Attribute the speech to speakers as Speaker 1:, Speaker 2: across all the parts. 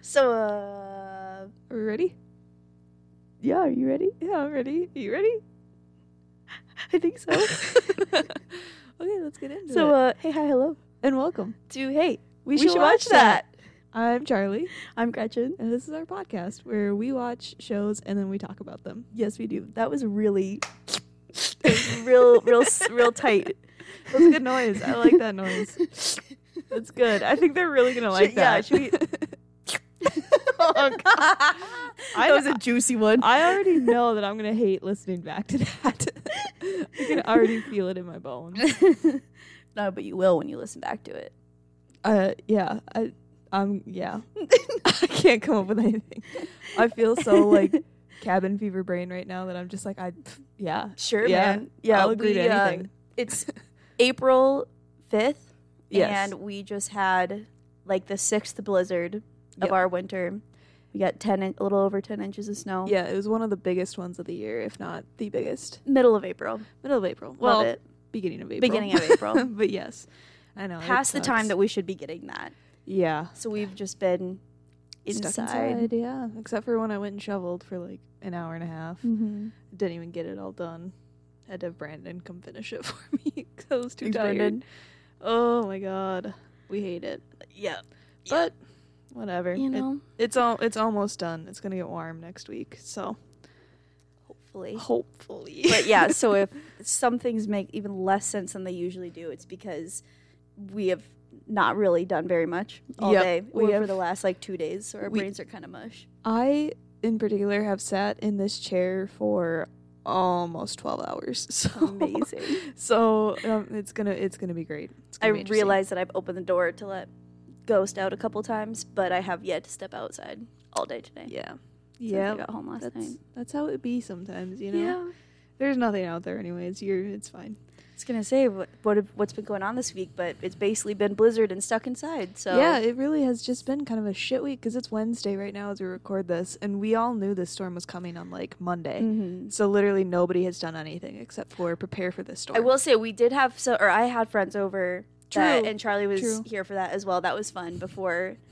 Speaker 1: So, uh,
Speaker 2: Are we ready? Yeah, are you ready? Yeah, I'm ready. Are you ready?
Speaker 1: I think so.
Speaker 2: okay, let's get into
Speaker 1: so,
Speaker 2: it.
Speaker 1: uh, hey, hi, hello.
Speaker 2: and welcome.
Speaker 1: To hey, we,
Speaker 2: should watch I'm Charlie,
Speaker 1: I'm Gretchen.
Speaker 2: and this is our podcast where we watch shows and then we talk about them.
Speaker 1: Yes, we do. That was really, that was real, real, s- real tight.
Speaker 2: That's a good noise. I like that noise. That's good. I think they're really gonna like
Speaker 1: Should- yeah,
Speaker 2: that.
Speaker 1: should we- oh, God. that was a juicy one.
Speaker 2: I already know that I'm gonna hate listening back to that. I can already feel it in my bones.
Speaker 1: no, but you will when you listen back to it.
Speaker 2: Uh, yeah, I, um, yeah. I can't come up with anything. I feel so like cabin fever brain right now that I'm just like I, yeah,
Speaker 1: Sure,
Speaker 2: Yeah,
Speaker 1: man. Yeah,
Speaker 2: I'll agree
Speaker 1: we,
Speaker 2: to
Speaker 1: uh,
Speaker 2: anything.
Speaker 1: it's April 5th,
Speaker 2: Yes.
Speaker 1: and we just had like the sixth blizzard
Speaker 2: Yep.
Speaker 1: of our winter. We got 10, in- a little over 10 inches of snow.
Speaker 2: yeah, it was one of the biggest ones of the year, if not the biggest.
Speaker 1: Middle of April.
Speaker 2: Middle of April.
Speaker 1: Love it.
Speaker 2: beginning of April.
Speaker 1: Beginning of April.
Speaker 2: but yes, I know. it
Speaker 1: Past the time
Speaker 2: sucks.
Speaker 1: that we should be getting that.
Speaker 2: yeah,
Speaker 1: So we've just been
Speaker 2: Stuck
Speaker 1: inside.
Speaker 2: inside, yeah, except for when I went and shoveled for like an hour and a half.
Speaker 1: Mhm.
Speaker 2: Didn't even get it all done. Had to have Brandon come finish it for me 'cause I was too
Speaker 1: Thanks,
Speaker 2: tired.
Speaker 1: Brandon.
Speaker 2: Oh my god, we hate it.
Speaker 1: Yeah.
Speaker 2: But whatever.
Speaker 1: You
Speaker 2: It-
Speaker 1: know,
Speaker 2: it's all it's almost done. It's gonna get warm next week, so
Speaker 1: hopefully.
Speaker 2: Oh. hopefully.
Speaker 1: But yeah, so if some things make even less sense than they usually do, it's because we have not really done very much all
Speaker 2: Yep,
Speaker 1: day
Speaker 2: we
Speaker 1: or for
Speaker 2: have-
Speaker 1: the last like two days. So our
Speaker 2: we-
Speaker 1: brains are kind of mush.
Speaker 2: I in particular have sat in this chair for almost twelve hours. So
Speaker 1: Amazing.
Speaker 2: So um, it's gonna it's gonna be great. It's
Speaker 1: I
Speaker 2: gonna be interesting.
Speaker 1: realize that I've opened the door to let Ghost out a couple times, but I have yet to step outside all day today.
Speaker 2: Yeah.
Speaker 1: since I
Speaker 2: Yeah.
Speaker 1: got home last
Speaker 2: That's
Speaker 1: night.
Speaker 2: that's how it be sometimes, you know.
Speaker 1: Yeah.
Speaker 2: There's nothing out there anyways. You're it's fine.
Speaker 1: I was gonna say what, what have- what's been going on this week, but it's basically been blizzard and stuck inside. So
Speaker 2: Yeah, it really has just been kind of a shit week because it's Wednesday right now as we record this, and we all knew this storm was coming on like Monday.
Speaker 1: Mhm.
Speaker 2: So literally nobody has done anything except for prepare for this storm.
Speaker 1: I will say we did have so or I had friends over that,
Speaker 2: True.
Speaker 1: and Charlie was
Speaker 2: True.
Speaker 1: here for that as well. That was fun before.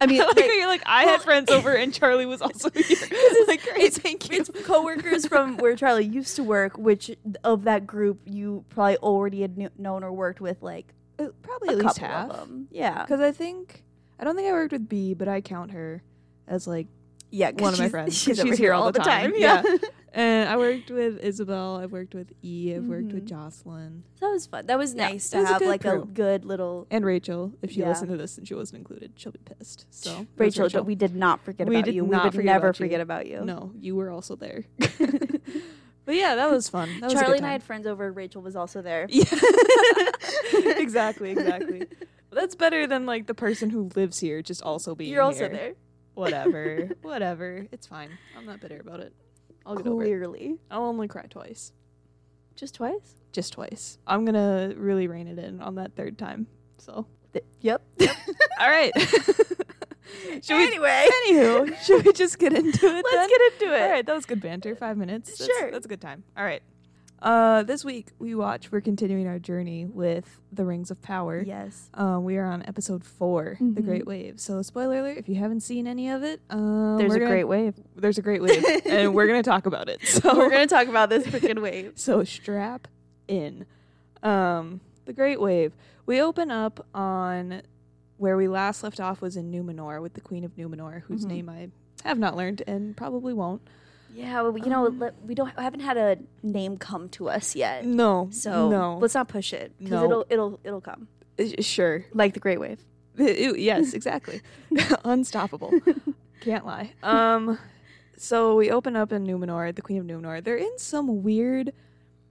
Speaker 1: I mean,
Speaker 2: like,
Speaker 1: they-
Speaker 2: how you're like I had friends over and Charlie was also here. like, great, thank you.
Speaker 1: it's coworkers from where Charlie used to work, which of that group you probably already had kn- known or worked with, like
Speaker 2: Uh, probably
Speaker 1: a
Speaker 2: at least
Speaker 1: couple
Speaker 2: half.
Speaker 1: of them. Yeah,
Speaker 2: Because I think I don't think I worked with B, but I count her as like
Speaker 1: yeah. 'cause
Speaker 2: one of my
Speaker 1: she's-
Speaker 2: friends. 'cause
Speaker 1: she's, over here, all the time. Yeah,
Speaker 2: and I worked with Isabel. I've worked with E. I've worked with Jocelyn
Speaker 1: that was fun. That was
Speaker 2: Yeah,
Speaker 1: nice
Speaker 2: it
Speaker 1: to
Speaker 2: was a
Speaker 1: have
Speaker 2: good
Speaker 1: like a
Speaker 2: crew.
Speaker 1: good little
Speaker 2: and Rachel. If she
Speaker 1: Yeah.
Speaker 2: listened to this and she wasn't included, she'll be pissed. So that's
Speaker 1: Rachel. But we did not forget
Speaker 2: We
Speaker 1: about
Speaker 2: did
Speaker 1: you. We
Speaker 2: not
Speaker 1: would
Speaker 2: forget
Speaker 1: never
Speaker 2: about you.
Speaker 1: forget about you.
Speaker 2: no, you were also there. but yeah, that was fun. That was a
Speaker 1: Charlie
Speaker 2: good
Speaker 1: and I had
Speaker 2: time.
Speaker 1: friends over. Rachel was also there.
Speaker 2: Yeah. exactly, exactly. That's better than like the person who lives here just also being
Speaker 1: You're also
Speaker 2: here.
Speaker 1: there.
Speaker 2: Whatever. Whatever. It's fine. I'm not bitter about it. I'll get over it.
Speaker 1: Clearly,
Speaker 2: I'll only cry twice.
Speaker 1: just twice.
Speaker 2: Just twice. I'm gonna really rein it in on that third time. So
Speaker 1: Th- yep.
Speaker 2: All right. should we,
Speaker 1: anyway,
Speaker 2: anywho, should we just get into it?
Speaker 1: let's
Speaker 2: then?
Speaker 1: get into it.
Speaker 2: All right, that was good banter. Five minutes. That's,
Speaker 1: Sure.
Speaker 2: that's a good time. All right. Uh, this week we watch. We're continuing our journey with the Rings of Power.
Speaker 1: Yes.
Speaker 2: Uh, we are on episode 4 the
Speaker 1: Mhm.
Speaker 2: Great Wave. So, spoiler alert: if you haven't seen any of it, um,
Speaker 1: There's
Speaker 2: we're
Speaker 1: a
Speaker 2: gonna-
Speaker 1: great wave.
Speaker 2: there's a great wave, and we're gonna talk about it. So
Speaker 1: We're gonna talk about this freaking wave.
Speaker 2: so strap in. Um, the Great Wave. We open up on where we last left off was in Numenor with the Queen of Numenor, whose
Speaker 1: Mhm.
Speaker 2: name I have not learned and probably won't.
Speaker 1: Yeah, well, you know,
Speaker 2: Um,
Speaker 1: let- we don't haven't had a name come to us yet,
Speaker 2: No,
Speaker 1: Uh, so
Speaker 2: no,
Speaker 1: let's not push it because
Speaker 2: No.
Speaker 1: it'll it'll it'll come
Speaker 2: Uh, sure.
Speaker 1: like the great wave.
Speaker 2: Ew, yes, exactly. Unstoppable. Can't lie. Um, so we open up in Numenor, the Queen of Numenor. They're in some weird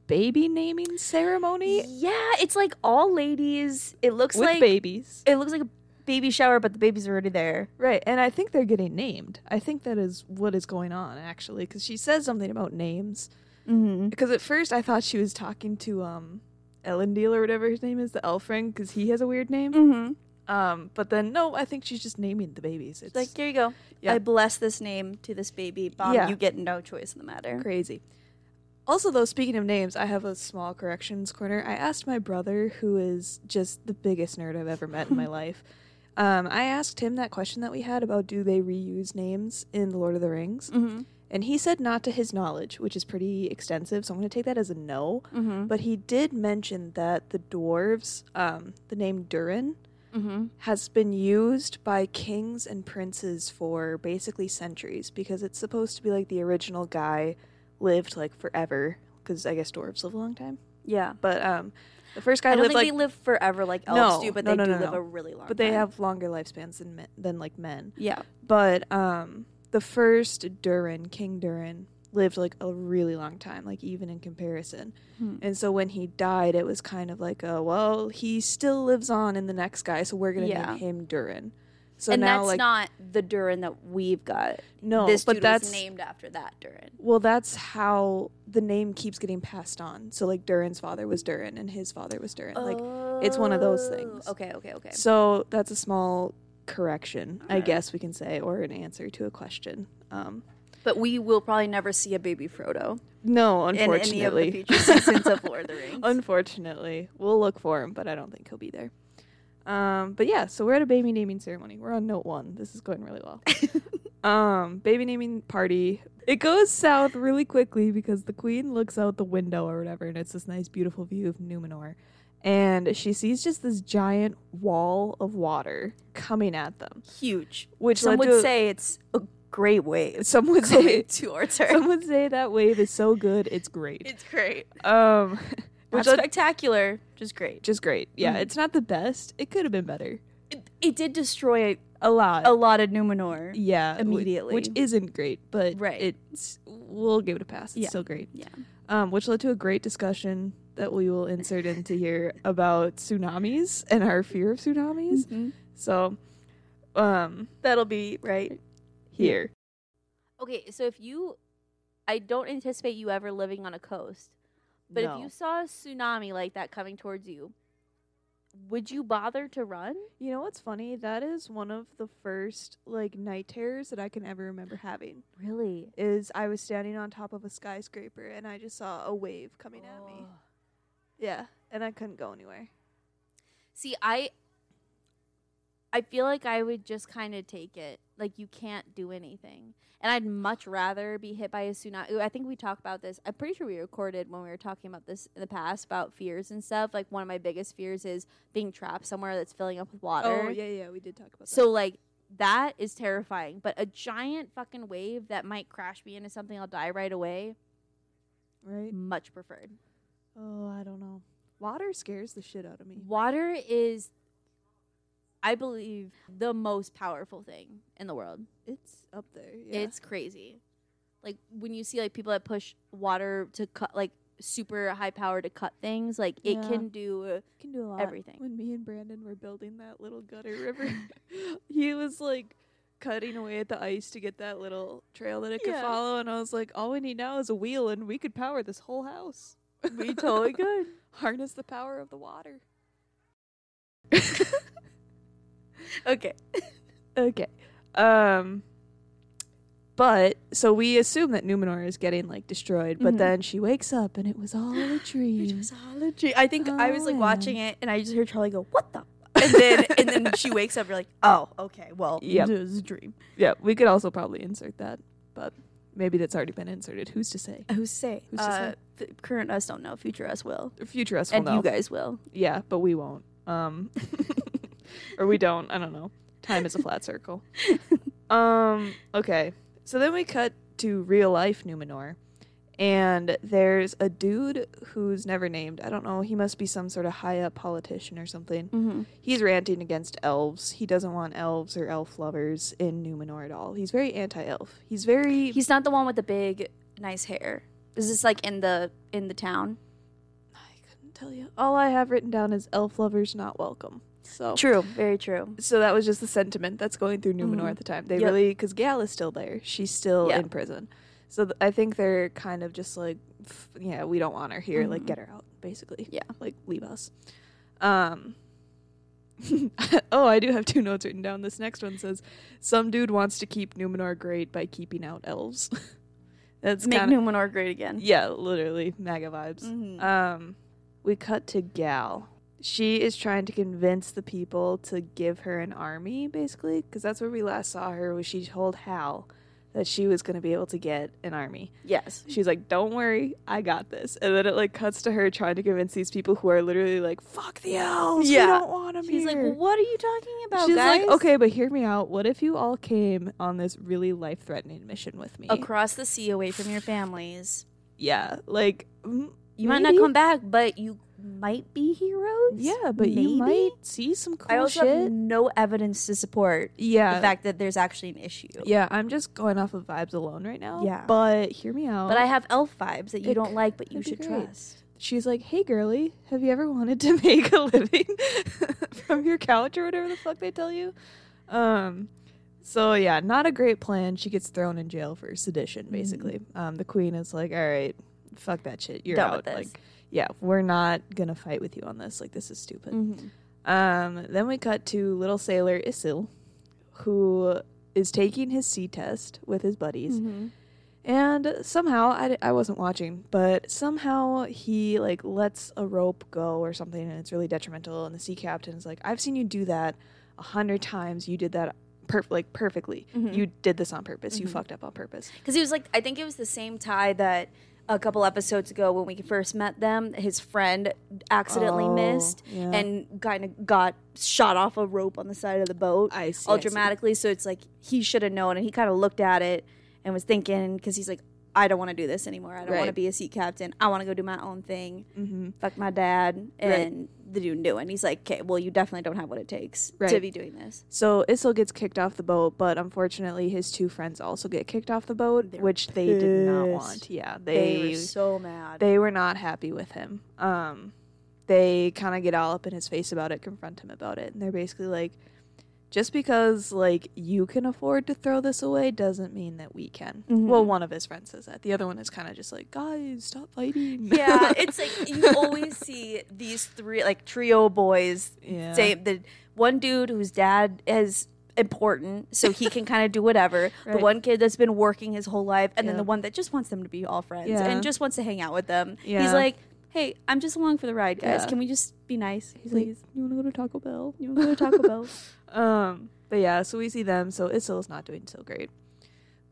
Speaker 2: baby naming ceremony
Speaker 1: Yeah, it's like all ladies. It looks
Speaker 2: with
Speaker 1: like
Speaker 2: babies.
Speaker 1: it looks like a baby shower, but the baby's already there.
Speaker 2: Right, and I think they're getting named. I think that is what is going on actually, because she says something about names.
Speaker 1: Mm-hmm.
Speaker 2: Because at first I thought she was talking to um, Ellendale or whatever his name is, the elf friend, because he has a weird name.
Speaker 1: Mm-hmm.
Speaker 2: Um, but then no, I think she's just naming the babies. It's
Speaker 1: Like here you go.
Speaker 2: Yeah.
Speaker 1: I bless this name to this baby. Mom,
Speaker 2: Yeah.
Speaker 1: you get no choice in the matter.
Speaker 2: crazy. Also, though, speaking of names, I have a small corrections corner. I asked my brother, who is just the biggest nerd I've ever met in my life, Um, I asked him that question that we had about do they reuse names in The Lord of the Rings,
Speaker 1: Mm-hmm.
Speaker 2: and he said not to his knowledge, which is pretty extensive. So I'm going to take that as a no.
Speaker 1: Mm-hmm.
Speaker 2: But he did mention that the dwarves, um, the name Durin,
Speaker 1: Mm-hmm.
Speaker 2: has been used by kings and princes for basically centuries because it's supposed to be like the original guy lived like forever because I guess dwarves live a long time.
Speaker 1: Yeah.
Speaker 2: But um, the first
Speaker 1: I,
Speaker 2: guy
Speaker 1: don't
Speaker 2: lived
Speaker 1: think
Speaker 2: like,
Speaker 1: they live forever like elves
Speaker 2: No,
Speaker 1: do, but
Speaker 2: no,
Speaker 1: they
Speaker 2: no,
Speaker 1: do
Speaker 2: no,
Speaker 1: live
Speaker 2: no.
Speaker 1: a really long.
Speaker 2: but they
Speaker 1: time.
Speaker 2: have longer lifespans than men, than like men.
Speaker 1: yeah.
Speaker 2: But um, the first Durin, King Durin, lived like a really long time, like even in comparison.
Speaker 1: Hmm.
Speaker 2: And so when he died, it was kind of like, a, well, he still lives on in the next guy, so we're gonna
Speaker 1: Yeah.
Speaker 2: name him Durin. So
Speaker 1: and
Speaker 2: now,
Speaker 1: that's
Speaker 2: like,
Speaker 1: not the Durin that we've got.
Speaker 2: no,
Speaker 1: this
Speaker 2: but
Speaker 1: dude
Speaker 2: that's
Speaker 1: was named after that Durin.
Speaker 2: well, that's how the name keeps getting passed on. So like Durin's father was Durin, and his father was Durin. Like it's one of those
Speaker 1: Oh,
Speaker 2: things.
Speaker 1: Okay, okay, okay.
Speaker 2: So that's a small correction, I
Speaker 1: Alright.
Speaker 2: guess we can say, or an answer to a question. Um,
Speaker 1: But we will probably never see a baby Frodo
Speaker 2: no,
Speaker 1: in any of the
Speaker 2: unfortunately.
Speaker 1: future seasons of Lord of the Rings.
Speaker 2: unfortunately, we'll look for him, but I don't think he'll be there. Um, but yeah, so we're at a baby naming ceremony. We're on note one. This is going really well. um, baby naming party. It goes south really quickly because the queen looks out the window or whatever, and it's this nice, beautiful view of Numenor. And she sees just this giant wall of water coming at them,
Speaker 1: Huge.
Speaker 2: which
Speaker 1: Some
Speaker 2: led
Speaker 1: would
Speaker 2: to-
Speaker 1: say it's a great wave
Speaker 2: some would
Speaker 1: coming
Speaker 2: say
Speaker 1: towards her.
Speaker 2: some would say that wave is so good it's great.
Speaker 1: It's great.
Speaker 2: Um,
Speaker 1: Not
Speaker 2: which is
Speaker 1: spectacular, just great.
Speaker 2: just great. Yeah,
Speaker 1: Mhm.
Speaker 2: it's not the best. It could have been better.
Speaker 1: It, it did destroy
Speaker 2: A lot.
Speaker 1: a lot of Numenor.
Speaker 2: yeah, whi-
Speaker 1: immediately.
Speaker 2: which isn't great, but
Speaker 1: Right.
Speaker 2: it's we'll give it a pass. It's
Speaker 1: Yeah.
Speaker 2: still great.
Speaker 1: Yeah.
Speaker 2: Um, which led to a great discussion that we will insert into here about tsunamis and our fear of tsunamis.
Speaker 1: Mm-hmm.
Speaker 2: So, um,
Speaker 1: That'll be right.
Speaker 2: here.
Speaker 3: Okay, so if you, I don't anticipate you ever living on a coast, but if you saw a tsunami like that coming towards you, would you bother to run?
Speaker 2: You know what's funny? That is one of the first like night terrors that I can ever remember having.
Speaker 3: Really?
Speaker 2: Is I was standing on top of a skyscraper and I just saw a wave coming at me. Yeah, and I couldn't go anywhere.
Speaker 3: See, I, I feel like I would just kind of take it. Like you can't do anything, and I'd much rather be hit by a tsunami. Ooh, I think we talked about this. I'm pretty sure we recorded when we were talking about this in the past about fears and stuff. Like one of my biggest fears is being trapped somewhere that's filling up with water.
Speaker 2: Oh yeah, yeah, we did talk about
Speaker 3: So like that is terrifying. But a giant fucking wave that might crash me into something, I'll die right away.
Speaker 2: that. right.
Speaker 1: Mm.
Speaker 3: Much preferred.
Speaker 2: Oh, I don't know. Water scares the shit out of me.
Speaker 3: Water is, I believe, the most powerful thing in the world.
Speaker 2: It's up there. Yeah.
Speaker 3: It's crazy. Like when you see like people that push water to cut like super high power to cut things, like it
Speaker 2: Yeah.
Speaker 3: can do.
Speaker 2: can do a lot.
Speaker 3: everything.
Speaker 2: When me and Brandon were building that little gutter river, he was like cutting away at the ice to get that little trail that it could
Speaker 1: Yeah.
Speaker 2: follow, and I was like, all we need now is a wheel, and we could power this whole house.
Speaker 1: We totally could.
Speaker 2: harness the power of the water.
Speaker 1: Okay.
Speaker 2: Okay. Um but so we assume that Numenor is getting like destroyed, but
Speaker 1: Mhm.
Speaker 2: then she wakes up and Mm-hmm. it was all a dream.
Speaker 1: I think I was like
Speaker 2: Oh.
Speaker 1: watching it and I just heard Charlie go, "What the?" And then and then she wakes up. You're like, "Oh, okay. Well,
Speaker 2: Yep.
Speaker 1: it was a dream."
Speaker 2: yeah, we could also probably insert that, but maybe that's already been inserted. Who's to say?
Speaker 1: Who's say?
Speaker 2: Who's to
Speaker 1: uh, the current us don't know. Future us will,
Speaker 2: Future us will
Speaker 1: and
Speaker 2: know.
Speaker 1: you guys will.
Speaker 2: yeah, but we won't. Um or we don't. I don't know. Time is a flat circle. Um okay. So then we cut to real life Numenor and there's a dude who's never named. I don't know. He must be some sort of high up politician or something.
Speaker 1: Mm-hmm.
Speaker 2: He's ranting against elves. He doesn't want elves or elf lovers in Numenor at all. He's very anti-elf. He's very
Speaker 1: He's not the one with the big, nice hair. Is this like in the in the town?
Speaker 2: I couldn't tell you. All I have written down is elf lovers not welcome. So
Speaker 1: Oh. True, very true.
Speaker 2: so that was just the sentiment that's going through Numenor
Speaker 1: Mhm.
Speaker 2: at the time. They
Speaker 1: Yep.
Speaker 2: really because Gal is still there. She's still
Speaker 1: Yeah.
Speaker 2: in prison. So th- I think they're kind of just like, "F- yeah, we don't want her here. Like
Speaker 1: Mhm.
Speaker 2: get her out, basically.
Speaker 1: Yeah.
Speaker 2: like leave us. Um. oh, I do have two notes written down. This next one says, "Some dude wants to keep Numenor great by keeping out elves." that's
Speaker 1: Make
Speaker 2: kind of
Speaker 1: Numenor great again. Mm-hmm. Mm. Uh,
Speaker 2: yeah, literally MAGA vibes.
Speaker 1: Mhm.
Speaker 2: Um, we cut to Gal, she is trying to convince the people to give her an army, basically, because that's where we last saw her. Was she told Hal that she was going to be able to get an army?
Speaker 4: Yes.
Speaker 2: She's like, "Don't worry, I got this." And then it like cuts to her trying to convince these people who are literally like, "Fuck the elves, we
Speaker 4: Yeah.
Speaker 2: don't want them
Speaker 1: She's like,
Speaker 2: here."
Speaker 1: "Well, what are you talking about,
Speaker 2: She's
Speaker 1: guys?
Speaker 2: like, "Okay, but hear me out. What if you all came on this really life-threatening mission with me?"
Speaker 1: across the sea, away from your families.
Speaker 2: Yeah, like mm,
Speaker 1: You might not
Speaker 2: maybe?
Speaker 1: come back, but you might be heroes.
Speaker 2: Yeah, but you
Speaker 1: Maybe?
Speaker 2: might see some cool
Speaker 1: I also
Speaker 2: shit.
Speaker 1: have no evidence to support
Speaker 2: yeah,
Speaker 1: the fact that there's actually an issue.
Speaker 2: Yeah, I'm just going off of vibes alone right now.
Speaker 4: Yeah.
Speaker 2: But hear me out.
Speaker 1: But I have elf vibes that you
Speaker 2: It
Speaker 1: don't
Speaker 2: c-
Speaker 1: like, but you
Speaker 2: it'd be
Speaker 1: should
Speaker 2: great.
Speaker 1: trust.
Speaker 2: she's like, Hey girly, have you ever wanted to make a living from your couch or whatever the fuck they tell you? Um so yeah, not a great plan. She gets thrown in jail for sedition,
Speaker 1: Mm-hmm.
Speaker 2: basically. Um the queen is like, All right, fuck that shit. You're
Speaker 1: Done
Speaker 2: out.
Speaker 1: with this.
Speaker 2: Like yeah, we're not gonna fight with you on this. Like this is stupid.
Speaker 1: Mhm.
Speaker 2: Um, then we cut to little sailor Isil, who is taking his sea test with his buddies,
Speaker 1: Mm-hmm.
Speaker 2: and somehow I, di- I wasn't watching, but somehow he like lets a rope go or something, and it's really detrimental. And the sea captain is like, "I've seen you do that a hundred times. You did that." Perf- like perfectly,
Speaker 1: Mm-hmm.
Speaker 2: you did this on purpose. You fucked up on purpose.
Speaker 1: Because he was like, I think it was the same tie that a couple episodes ago when we first met them, his friend accidentally
Speaker 2: Oh,
Speaker 1: missed
Speaker 2: yeah.
Speaker 1: and kind of got shot off a rope on the side of the boat.
Speaker 2: I see,
Speaker 1: All
Speaker 2: I see.
Speaker 1: dramatically. So it's like he should have known. And he kind of looked at it and was thinking, because he's like, I don't want to do this anymore. I don't want to
Speaker 2: Right.
Speaker 1: be a sea captain. I want to go do my own thing.
Speaker 2: Mm-hmm.
Speaker 1: Fuck my dad. And
Speaker 2: Right.
Speaker 1: the dude knew. And he's like, okay, well, you definitely don't have what it takes to
Speaker 2: Right.
Speaker 1: be doing this.
Speaker 2: So Isil gets kicked off the boat, but unfortunately, his two friends also get kicked off the boat,
Speaker 1: They're
Speaker 2: which they did not
Speaker 4: pissed.
Speaker 2: want. Yeah,
Speaker 1: They,
Speaker 2: they
Speaker 1: were so mad.
Speaker 2: they were not happy with him. Um, they kind of get all up in his face about it, confront him about it, and they're basically like, just because like you can afford to throw this away doesn't mean that we can.
Speaker 1: Mhm.
Speaker 2: Well, one of his friends says that. The other one is kind of just like, guys, stop fighting.
Speaker 1: yeah, it's like you always see these three like trio boys.
Speaker 2: Yeah.
Speaker 1: Same the one dude whose dad is important, so he can kind of do whatever. The
Speaker 2: Right.
Speaker 1: one kid that's been working his whole life, and then
Speaker 2: Yeah.
Speaker 1: the one that just wants them to be all friends
Speaker 2: Yeah.
Speaker 1: and just wants to hang out with them. He's
Speaker 2: Yeah.
Speaker 1: like, "Hey, I'm just along for the ride, guys.
Speaker 2: Yeah.
Speaker 1: Can we just be nice,
Speaker 2: He's like,
Speaker 1: please?
Speaker 2: you want to go to Taco Bell?
Speaker 1: you want to go to Taco Bell?"
Speaker 2: Um, but yeah, so we see them. So Isil's not doing so great.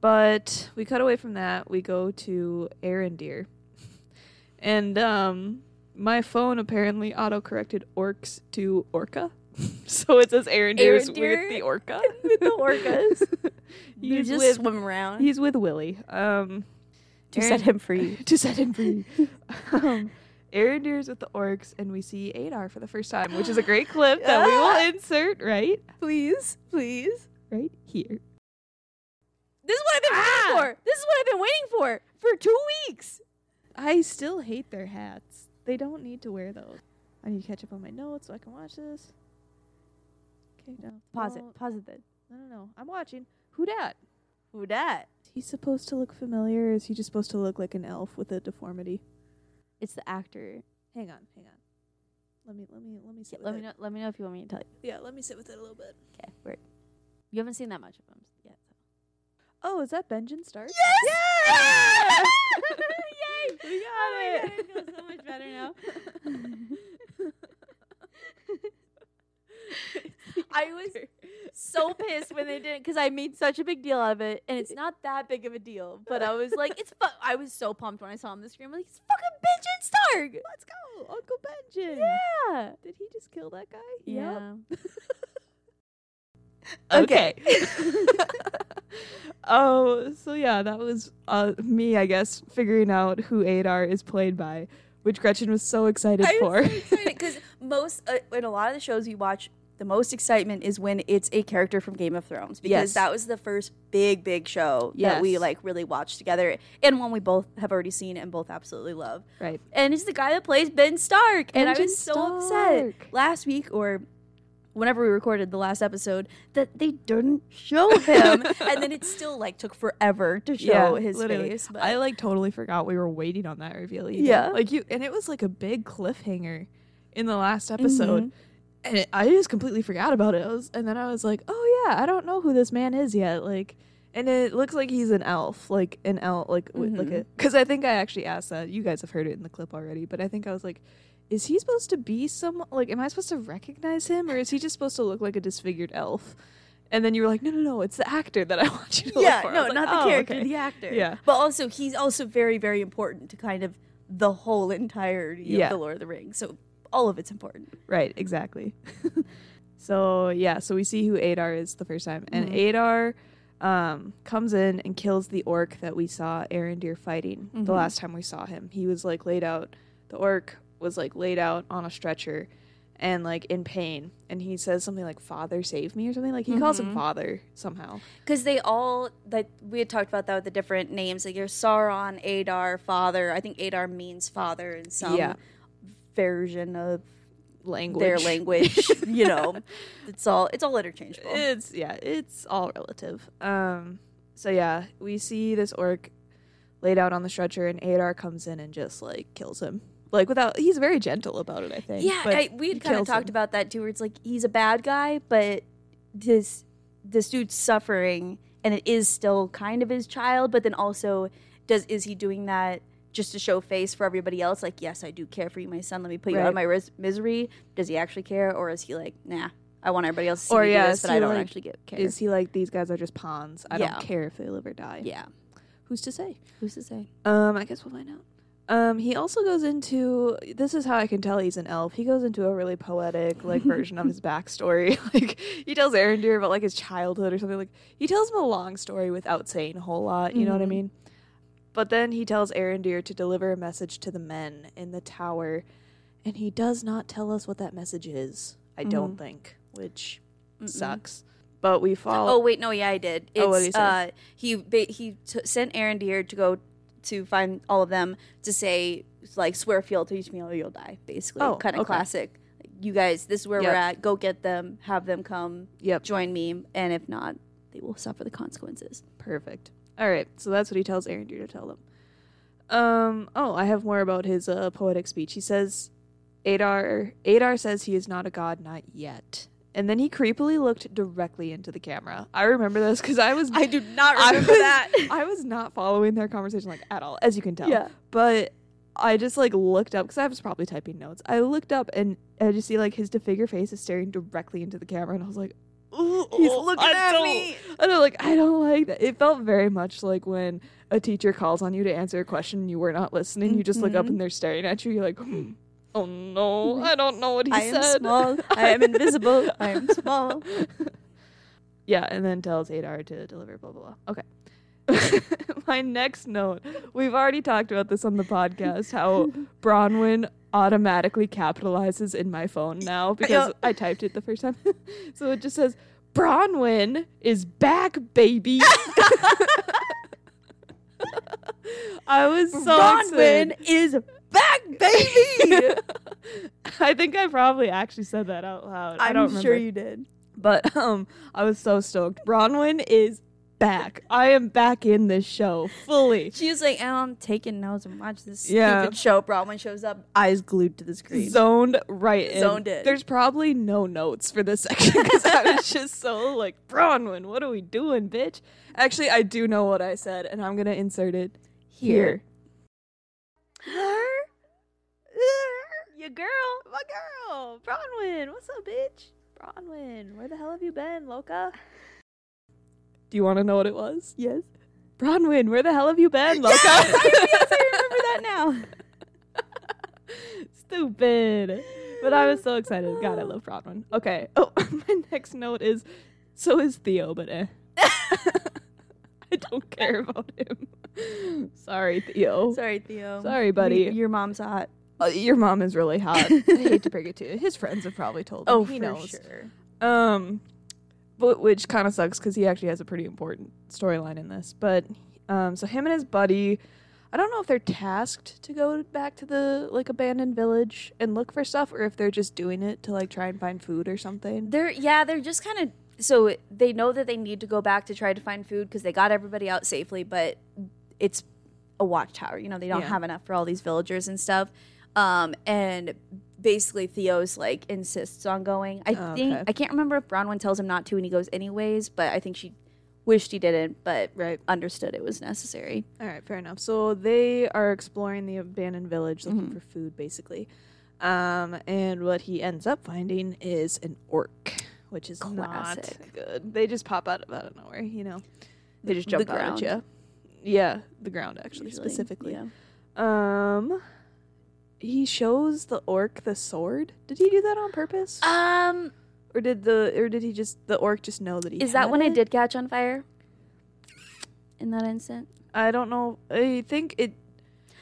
Speaker 2: But we cut away from that. We go to Arendir. And um, my phone apparently auto-corrected orcs to orca. so it says Arendir's
Speaker 1: Arendir
Speaker 2: with the orca.
Speaker 1: with the orcas. You
Speaker 2: he's,
Speaker 1: just
Speaker 2: with,
Speaker 1: swim around.
Speaker 2: he's with Willie. Um,
Speaker 4: To
Speaker 2: Aaron-
Speaker 4: set him free.
Speaker 2: to set him free. um, Arendir's with the orcs, and we see Adar for the first time, which is a great clip that we will insert right,
Speaker 1: please, please.
Speaker 2: right here.
Speaker 1: This is what I've been
Speaker 2: Ah!
Speaker 1: waiting for. This is what I've been waiting for for two weeks.
Speaker 2: I still hate their hats. They don't need to wear those. I need to catch up on my notes so I can watch this. Okay, no.
Speaker 1: Pause
Speaker 2: No,
Speaker 1: it. Pause it. Then.
Speaker 2: No, no, no. I'm watching. Who dat?
Speaker 1: Who dat?
Speaker 2: Is he supposed to look familiar? Or is he just supposed to look like an elf with a deformity?
Speaker 1: It's the actor.
Speaker 2: Hang on, hang on. Let me, let me, let me sit. with
Speaker 1: let me
Speaker 2: it.
Speaker 1: know. Let me know if you want me to tell you.
Speaker 2: Yeah, let me sit with it a little bit.
Speaker 1: Okay, weird. You haven't seen that much of him yet.
Speaker 2: Oh, is that Benjamin Stark?
Speaker 1: Yes!
Speaker 2: Yay! We got
Speaker 1: Oh my
Speaker 2: it.
Speaker 1: God, I feel so much better now. I was so pissed when they didn't because I made such a big deal out of it, and it's not that big of a deal. But I was like, it's. Fu-. I was so pumped when I saw him on the screen. I'm like, it's fucking Benjamin Stark.
Speaker 2: Let's go, Uncle Benjamin.
Speaker 1: Yeah.
Speaker 2: Did he just kill that guy? Yep.
Speaker 1: Yeah.
Speaker 2: okay. oh, so yeah, that was uh, me, I guess, figuring out who Adar is played by, which Gretchen was so excited
Speaker 1: I'm
Speaker 2: for.
Speaker 1: so excited because most uh, in a lot of the shows you watch, the most excitement is when it's a character from Game of Thrones because
Speaker 2: Yes.
Speaker 1: that was the first big big show that we
Speaker 2: Yes.
Speaker 1: like really watched together and one we both have already seen and both absolutely love.
Speaker 2: right.
Speaker 1: And it's the guy that plays Ben Stark, and I
Speaker 2: Benjen
Speaker 1: was so upset
Speaker 2: Stark.
Speaker 1: last week or. Whenever we recorded the last episode, that they didn't show him, and then it still like took forever to show his
Speaker 2: literally.
Speaker 1: face. But
Speaker 2: I like totally forgot we were waiting on that reveal. even.
Speaker 1: Yeah.
Speaker 2: Like you and it was like a big cliffhanger in the last
Speaker 1: Mm-hmm.
Speaker 2: episode. And it, I just completely forgot about it. I was, and then I was like, "Oh yeah, I don't know who this man is yet." Like, and it looks like he's an elf, like an
Speaker 1: Mm-hmm.
Speaker 2: elf, like w- like a. Because I think I actually asked that. You guys have heard it in the clip already, but I think I was like, is he supposed to be some like am I supposed to recognize him or is he just supposed to look like a disfigured elf? And then you were like, no, no, no, it's the actor that I want you to
Speaker 1: yeah,
Speaker 2: look for. I
Speaker 1: no,
Speaker 2: was like,
Speaker 1: not the
Speaker 2: "Oh,
Speaker 1: character,
Speaker 2: okay."
Speaker 1: the actor.
Speaker 2: Yeah.
Speaker 1: but also he's also very, very important to kind of the whole entirety
Speaker 2: Yeah.
Speaker 1: of the Lord of the Rings. So all of it's important.
Speaker 2: Right, exactly. so yeah, so we see who Adar is the first time, and
Speaker 1: Mm-hmm.
Speaker 2: Adar um, comes in and kills the orc that we saw Arendir fighting
Speaker 1: Mhm.
Speaker 2: the last time we saw him. He was like laid out. The orc was like laid out on a stretcher and like in pain, and he says something like "Father, save me" or something. Like he calls him
Speaker 1: Mhm.
Speaker 2: father somehow.
Speaker 1: Because they all like we had talked about that with the different names, like your Sauron, Adar, Father. I think Adar means father in some
Speaker 2: Yeah.
Speaker 1: version of
Speaker 2: Language.
Speaker 1: their language. you know, it's all it's all interchangeable.
Speaker 2: It's yeah, it's all relative. Um so yeah, we see this orc laid out on the stretcher and Adar comes in and just like kills him. Like without he's very gentle about it, I think.
Speaker 1: yeah,
Speaker 2: but
Speaker 1: I, we
Speaker 2: he
Speaker 1: had kind of
Speaker 2: kills
Speaker 1: talked
Speaker 2: him.
Speaker 1: about that too. Where it's like he's a bad guy, but this this dude's suffering, and it is still kind of his child. But then also, does is he doing that just to show face for everybody else? Like, yes, I do care for you, my son. Let me put you out
Speaker 2: Right.
Speaker 1: of my ris- misery. Does he actually care, or is he like, nah, I want everybody else to see
Speaker 2: Or,
Speaker 1: me do
Speaker 2: yeah,
Speaker 1: this,
Speaker 2: is
Speaker 1: but
Speaker 2: he,
Speaker 1: I don't
Speaker 2: like-
Speaker 1: actually get care.
Speaker 2: is he like these guys are just pawns. I
Speaker 1: Yeah.
Speaker 2: don't care if they live or die.
Speaker 1: yeah,
Speaker 2: Who's to say?
Speaker 1: who's to say?
Speaker 2: Um, I guess we'll find out. Um, he also goes into this is how I can tell he's an elf. He goes into a really poetic like version of his backstory. Like he tells Arendir about like his childhood or something. Like he tells him a long story without saying a whole lot. You know what I
Speaker 1: Mhm.
Speaker 2: mean? But then he tells Arendir to deliver a message to the men in the tower, and he does not tell us what that message is. I don't think, which
Speaker 1: Mm-hmm. Mm-mm.
Speaker 2: sucks. But we
Speaker 1: Oh
Speaker 2: follow.
Speaker 1: wait, no, yeah, I did. It's,
Speaker 2: Oh, what did he say?
Speaker 1: Uh, he ba- he t- sent Arendir to go to find all of them to say like swear fealty to each meal or you'll die, basically.
Speaker 2: Oh,
Speaker 1: kind of
Speaker 2: okay.
Speaker 1: classic. Like, you guys, this is where
Speaker 2: Yep.
Speaker 1: we're at. Go get them. Have them come
Speaker 2: yep.
Speaker 1: join me, and if not, they will suffer the consequences.
Speaker 2: Perfect. All right, so that's what he tells Arendir to tell them. Um. Oh, I have more about his uh, poetic speech. He says, "Adar, Adar says he is not a god, not yet." And then he creepily looked directly into the camera. I remember this because I was
Speaker 1: do not
Speaker 2: I was- I was not following their conversation like at all, as you can tell.
Speaker 1: Yeah.
Speaker 2: But I just like looked up because I was probably typing notes. I looked up and I just see like his disfigured face is staring directly into the camera, and I was like, "Ooh,
Speaker 1: He's
Speaker 2: ooh,
Speaker 1: looking
Speaker 2: I
Speaker 1: at
Speaker 2: don't-
Speaker 1: me.
Speaker 2: I don't like. I don't like that. It felt very much like when a teacher calls on you to answer a question and you were not listening. You just look up
Speaker 1: Mhm.
Speaker 2: and they're staring at you. You're like, "Hmm, "Oh no, I don't know what he
Speaker 1: I am
Speaker 2: said."
Speaker 1: small. I am invisible. I am small.
Speaker 2: Yeah, and then tells Adar to deliver blah blah blah. Okay. My next note. We've already talked about this on the podcast how Bronwyn automatically capitalizes in my phone now because I typed it the first time. so it just says Bronwyn is back, baby. I was so
Speaker 1: Bronwyn
Speaker 2: excited.
Speaker 1: is back, baby.
Speaker 2: I think I probably actually said that out loud. I
Speaker 1: I'm
Speaker 2: do not
Speaker 1: sure
Speaker 2: remember.
Speaker 1: you did.
Speaker 2: But um, I was so stoked. Bronwyn is back. I am back in this show fully.
Speaker 1: She's like, and I'm taking notes and watch this
Speaker 2: Yeah.
Speaker 1: stupid show. Bronwyn shows up, eyes glued to the screen.
Speaker 2: Zoned right in.
Speaker 1: Zoned in.
Speaker 2: There's probably no notes for this section because I was just so like, Bronwyn, what are we doing, bitch? Actually, I do know what I said, and I'm gonna insert it here.
Speaker 1: Her?
Speaker 2: Your girl, my girl, Bronwyn. What's up, bitch? Bronwyn, where the hell have you been, Loca? Do you want to know what it was?
Speaker 1: Yes.
Speaker 2: Bronwyn, where the hell have you been, Loca?
Speaker 1: yes, I remember that now.
Speaker 2: Stupid. But I was so excited. God, I love Bronwyn. Okay. Oh, my next note is so is Theo, but eh. I don't care about him. Sorry, Theo.
Speaker 1: Sorry, Theo.
Speaker 2: Sorry, buddy.
Speaker 1: Y- your mom's hot.
Speaker 2: Uh, your mom is really hot. I hate to break it to you. His friends have probably told him. Oh, he knows.
Speaker 1: Oh, sure.
Speaker 2: Um, but which kind of sucks because he actually has a pretty important storyline in this. But um, so him and his buddy, I don't know if they're tasked to go back to the like abandoned village and look for stuff, or if they're just doing it to like try and find food or something.
Speaker 1: They're yeah, they're just kind of so they know that they need to go back to try to find food because they got everybody out safely, but it's a watchtower. You know, they don't
Speaker 2: Yeah.
Speaker 1: have enough for all these villagers and stuff. Um, and basically Theo's like insists on going. I
Speaker 2: Oh,
Speaker 1: think
Speaker 2: okay.
Speaker 1: I can't remember if Bronwyn tells him not to and he goes anyways, but I think she wished he didn't, but
Speaker 2: Right.
Speaker 1: understood it was necessary. Mm-hmm.
Speaker 2: All right, fair enough. So they are exploring the abandoned village looking for food, basically. Um, and what he ends up finding is an orc, which is
Speaker 1: Classic.
Speaker 2: not good. They just pop out of out of nowhere, you know. They just
Speaker 1: The
Speaker 2: jump out
Speaker 1: ground.
Speaker 2: at you. Yeah, the ground actually
Speaker 1: Usually,
Speaker 2: specifically.
Speaker 1: yeah.
Speaker 2: Um, he shows the orc the sword. Did he do that on purpose,
Speaker 1: Um,
Speaker 2: or did the or did he just the orc just know that he?
Speaker 1: is that
Speaker 2: had
Speaker 1: when
Speaker 2: it?
Speaker 1: it did catch on fire? In that instant,
Speaker 2: I don't know. I think it.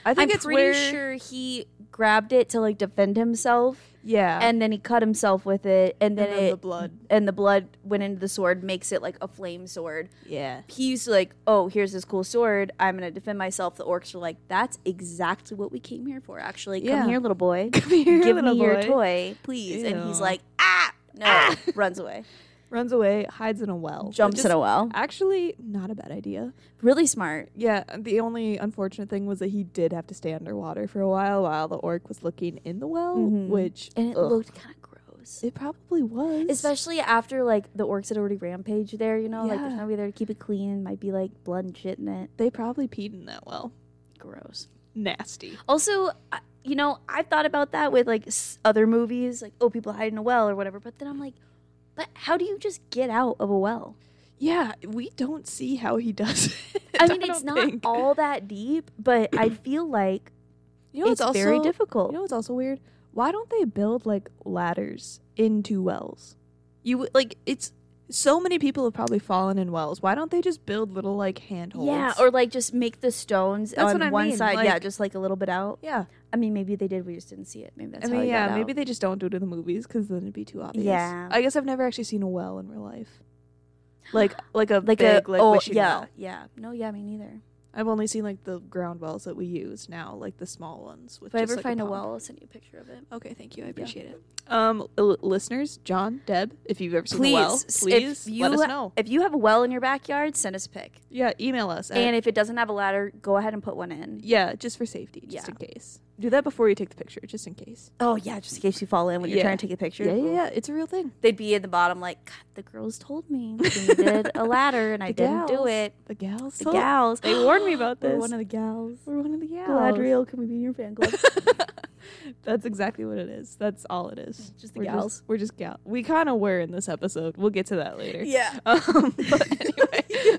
Speaker 2: I think
Speaker 1: am
Speaker 2: it's
Speaker 1: pretty
Speaker 2: where.
Speaker 1: sure he grabbed it to like defend himself,
Speaker 2: Yeah,
Speaker 1: and then he cut himself with it, and then,
Speaker 2: Oh. and then
Speaker 1: it
Speaker 2: the blood.
Speaker 1: and the blood went into the sword, makes it like a flame sword.
Speaker 2: Yeah.
Speaker 1: He used to like, oh, here's this cool sword. I'm gonna defend myself. The orcs are like, that's exactly what we came here for. Actually, come
Speaker 2: Yeah.
Speaker 1: here, little boy.
Speaker 2: Come here,
Speaker 1: Give me
Speaker 2: little
Speaker 1: your
Speaker 2: boy.
Speaker 1: toy, please. And he's
Speaker 2: Ew.
Speaker 1: like, ah, no, runs away,
Speaker 2: Runs away, hides in a well. ah.
Speaker 1: jumps
Speaker 2: which
Speaker 1: in
Speaker 2: is
Speaker 1: a well.
Speaker 2: Actually, not a bad idea.
Speaker 1: Really smart.
Speaker 2: Yeah, the only unfortunate thing was that he did have to stay underwater for a while while the orc was looking in the well,
Speaker 1: Mhm.
Speaker 2: which
Speaker 1: and it
Speaker 2: ugh,
Speaker 1: looked kind of gross.
Speaker 2: it probably was.
Speaker 1: Especially after like the orcs had already rampaged there, you know, like there's
Speaker 2: Yeah.
Speaker 1: nobody there to keep it clean. Might be like blood and shit in it.
Speaker 2: they probably peed in that well.
Speaker 1: Gross.
Speaker 2: Nasty.
Speaker 1: Also, I- you know, I thought about that with like s- other movies, like oh, people hide in a well or whatever. But then I'm like, but how do you just get out of a well?
Speaker 2: Yeah, we don't see how he does it.
Speaker 1: I mean,
Speaker 2: don't
Speaker 1: it's not
Speaker 2: think.
Speaker 1: all that deep, but I feel like
Speaker 2: You know,
Speaker 1: it's,
Speaker 2: it's, also
Speaker 1: very difficult.
Speaker 2: You know, it's also weird. Why don't they build like ladders into wells? You w- like it's so many people have probably fallen in wells. Why don't they just build little like handholds?
Speaker 1: yeah, or like just make the stones
Speaker 2: That's
Speaker 1: on
Speaker 2: what I
Speaker 1: one
Speaker 2: mean,
Speaker 1: side,
Speaker 2: like-
Speaker 1: yeah, just like a little bit out.
Speaker 2: yeah.
Speaker 1: I mean, maybe they did, we just didn't see it. Maybe that's
Speaker 2: I
Speaker 1: how
Speaker 2: mean,
Speaker 1: it
Speaker 2: yeah,
Speaker 1: got out.
Speaker 2: maybe they just don't do it in the movies because then it'd be too obvious.
Speaker 1: Yeah.
Speaker 2: I guess I've never actually seen a well in real life. Like, like a
Speaker 1: like
Speaker 2: big,
Speaker 1: a
Speaker 2: like
Speaker 1: oh
Speaker 2: wishing
Speaker 1: yeah
Speaker 2: well.
Speaker 1: yeah no yeah me neither.
Speaker 2: I've only seen like the ground wells that we use now, like the small ones. With
Speaker 1: If I
Speaker 2: just,
Speaker 1: ever
Speaker 2: like,
Speaker 1: find a,
Speaker 2: pump.
Speaker 1: well, I'll send you a picture of it.
Speaker 2: Okay, thank you. I appreciate it. Um, l- listeners, John, Deb, if you've ever seen a
Speaker 1: Please,
Speaker 2: well,
Speaker 1: s- if
Speaker 2: please
Speaker 1: you
Speaker 2: let us
Speaker 1: ha-
Speaker 2: know.
Speaker 1: If you have a well in your backyard, send us a pic.
Speaker 2: Yeah, email us. at-
Speaker 1: And if it doesn't have a ladder, go ahead and put one in.
Speaker 2: yeah, just for safety, just
Speaker 1: Yeah.
Speaker 2: in case. Do that before you take the picture, just in case.
Speaker 1: Oh yeah, just in case you fall in when you're
Speaker 2: Yeah.
Speaker 1: trying to take a picture.
Speaker 2: Yeah, yeah, yeah, it's a real thing.
Speaker 1: They'd be at the bottom like "God, the girls told me we did a ladder and I
Speaker 2: The
Speaker 1: didn't do
Speaker 2: gals.
Speaker 1: it.
Speaker 2: The gals,
Speaker 1: The
Speaker 2: told-
Speaker 1: gals,
Speaker 2: they warned me about
Speaker 1: We're
Speaker 2: this.
Speaker 1: one of the gals.
Speaker 2: We're one of the gals.
Speaker 1: Galadriel, can we be in your fan club?
Speaker 2: That's exactly what it is. That's all it is.
Speaker 1: Just the
Speaker 2: we're
Speaker 1: gals.
Speaker 2: Just, we're just gal. We kind of were in this episode. We'll get to that later.
Speaker 1: yeah.
Speaker 2: Um, but anyway.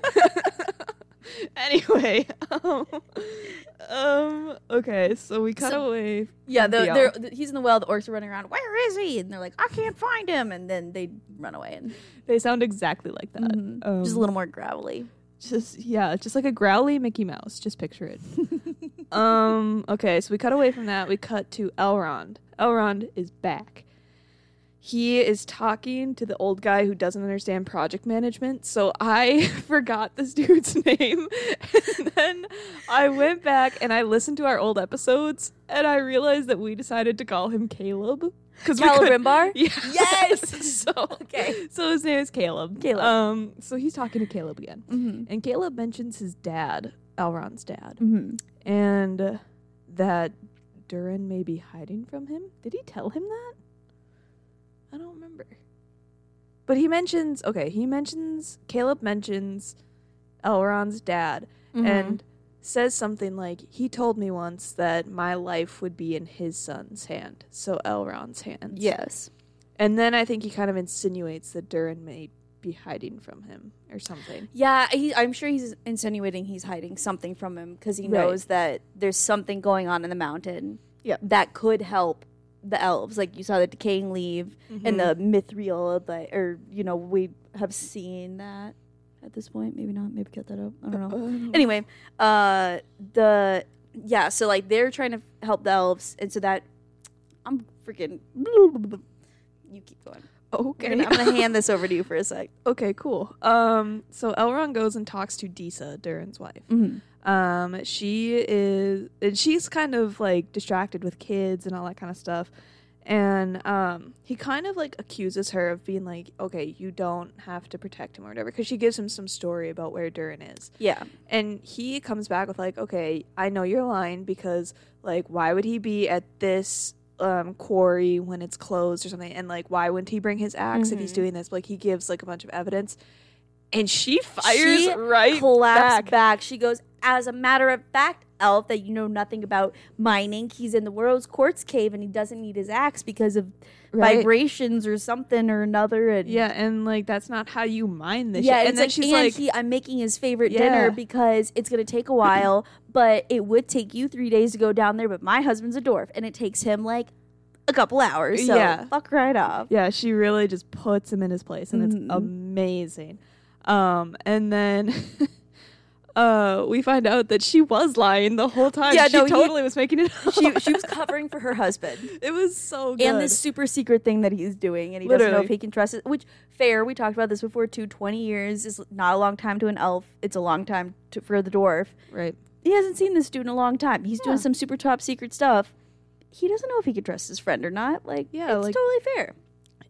Speaker 2: anyway. Um, um, okay, so we cut
Speaker 1: So-
Speaker 2: away.
Speaker 1: Yeah,
Speaker 2: from
Speaker 1: the,
Speaker 2: Bial.
Speaker 1: they're, th- he's in the well. The orcs are running around. Where is he? And they're like, I can't find him. And then they run away and
Speaker 2: They sound exactly like that.
Speaker 1: Mhm.
Speaker 2: Um,
Speaker 1: just a little more gravelly.
Speaker 2: Just yeah, just like a growly Mickey Mouse. Just picture it.
Speaker 1: Mm-hmm.
Speaker 2: um. Okay, so we cut away from that. We cut to Elrond. Elrond is back. He is talking to the old guy who doesn't understand project management. So I forgot this dude's name, and then I went back and I listened to our old episodes, and I realized that we decided to call him Caleb because
Speaker 1: Calibrimbar?
Speaker 2: Yeah.
Speaker 1: Yes!
Speaker 2: so
Speaker 1: Okay.
Speaker 2: So his name is Caleb.
Speaker 1: Caleb.
Speaker 2: Um. So he's talking to Caleb again.
Speaker 1: Mm-hmm.
Speaker 2: And Caleb mentions his dad, Elrond's dad,
Speaker 1: Mm-hmm.
Speaker 2: and uh, that Durin may be hiding from him. Did he tell him that? I don't remember. But he mentions, okay, he mentions, Caleb mentions Elrond's dad
Speaker 1: And
Speaker 2: and says something like, he told me once that my life would be in his son's hand, so Elrond's hands.
Speaker 1: yes,
Speaker 2: And then I think he kind of insinuates that Durin may be hiding from him or something.
Speaker 1: yeah, he, I'm sure he's insinuating he's hiding something from him because he
Speaker 2: Right.
Speaker 1: knows that there's something going on in the mountain.
Speaker 2: Yep.
Speaker 1: that could help the elves. Like you saw the decaying leaf
Speaker 2: Mm-hmm.
Speaker 1: and the mithril, but or you know we have seen that at this point. Maybe not. Maybe cut that out. I don't know.
Speaker 2: Um,
Speaker 1: anyway, uh, the yeah, so like they're trying to help the elves, and so that I'm freaking. You keep going.
Speaker 2: Okay.
Speaker 1: You're gonna- I'm gonna hand this over to you for a sec.
Speaker 2: okay, cool. Um, so Elrond goes and talks to Disa, Durin's wife. Um, she is, and she's kind of like distracted with kids and all that kind of stuff. And um, he kind of like accuses her of being like, okay, you don't have to protect him or whatever, because she gives him some story about where Durin is.
Speaker 1: Yeah,
Speaker 2: And he comes back with like, okay, I know you're lying because like, why would he be at this um, quarry when it's closed or something? And like, why wouldn't he bring his ax if he's
Speaker 1: Mhm.
Speaker 2: doing this? Like, he gives like a bunch of evidence, and she fires
Speaker 1: She
Speaker 2: right
Speaker 1: claps
Speaker 2: back.
Speaker 1: back. She goes, As a matter of fact, Elf, that you know nothing about mining, he's in the world's quartz cave and he doesn't need his axe because of
Speaker 2: Right.
Speaker 1: vibrations or something or another. And
Speaker 2: Yeah, and like that's not how you mind this.
Speaker 1: yeah,
Speaker 2: shit.
Speaker 1: it's
Speaker 2: and then
Speaker 1: like,
Speaker 2: she's
Speaker 1: and
Speaker 2: like,
Speaker 1: he, I'm making his favorite
Speaker 2: Yeah.
Speaker 1: dinner because it's gonna take a while, but it would take you three days to go down there. But my husband's a dwarf, and it takes him like a couple hours. So
Speaker 2: Yeah.
Speaker 1: fuck right off.
Speaker 2: yeah, she really just puts him in his place, and it's
Speaker 1: Mhm.
Speaker 2: amazing. Um, and then. Uh, we find out that she was lying the whole time.
Speaker 1: Yeah,
Speaker 2: she
Speaker 1: no, he-
Speaker 2: totally was making it up.
Speaker 1: She she was covering for her husband.
Speaker 2: it was so good.
Speaker 1: And this super secret thing that he's doing, and he doesn't know
Speaker 2: Literally.
Speaker 1: if he can trust it. Which fair, we talked about this before too. Twenty years is not a long time to an elf; it's a long time to, for the dwarf.
Speaker 2: right?
Speaker 1: He hasn't seen this dude in a long time. He's
Speaker 2: Yeah.
Speaker 1: doing some super top secret stuff. He doesn't know if he can trust his friend or not. Like,
Speaker 2: Yeah,
Speaker 1: it's
Speaker 2: like-
Speaker 1: totally fair.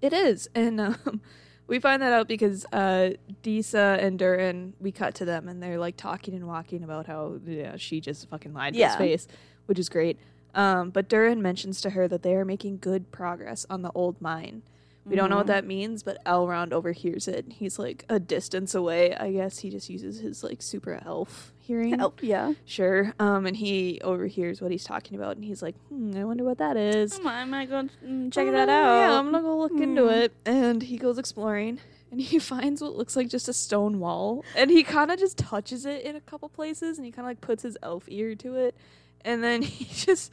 Speaker 2: It is, and um, we find that out because uh, Disa and Durin. We cut to them, and they're like talking and walking about how yeah, she just fucking lied to his
Speaker 1: Yeah.
Speaker 2: face, which is great. Um, but Durin mentions to her that they are making good progress on the old mine. We don't know
Speaker 1: Mm-hmm.
Speaker 2: what that means, but Elrond overhears it. He's like a distance away. I guess he just uses his like super elf hearing.
Speaker 1: Oh, yeah.
Speaker 2: Sure. Um, and he overhears what he's talking about, and he's like, hmm, I wonder what that is.
Speaker 1: I might go mm, check
Speaker 2: I'm
Speaker 1: that
Speaker 2: gonna-
Speaker 1: out.
Speaker 2: Yeah, I'm gonna go look into
Speaker 1: Hmm.
Speaker 2: it. And he goes exploring and he finds what looks like just a stone wall. And he kind of just touches it in a couple places and he kind of like puts his elf ear to it. And then he just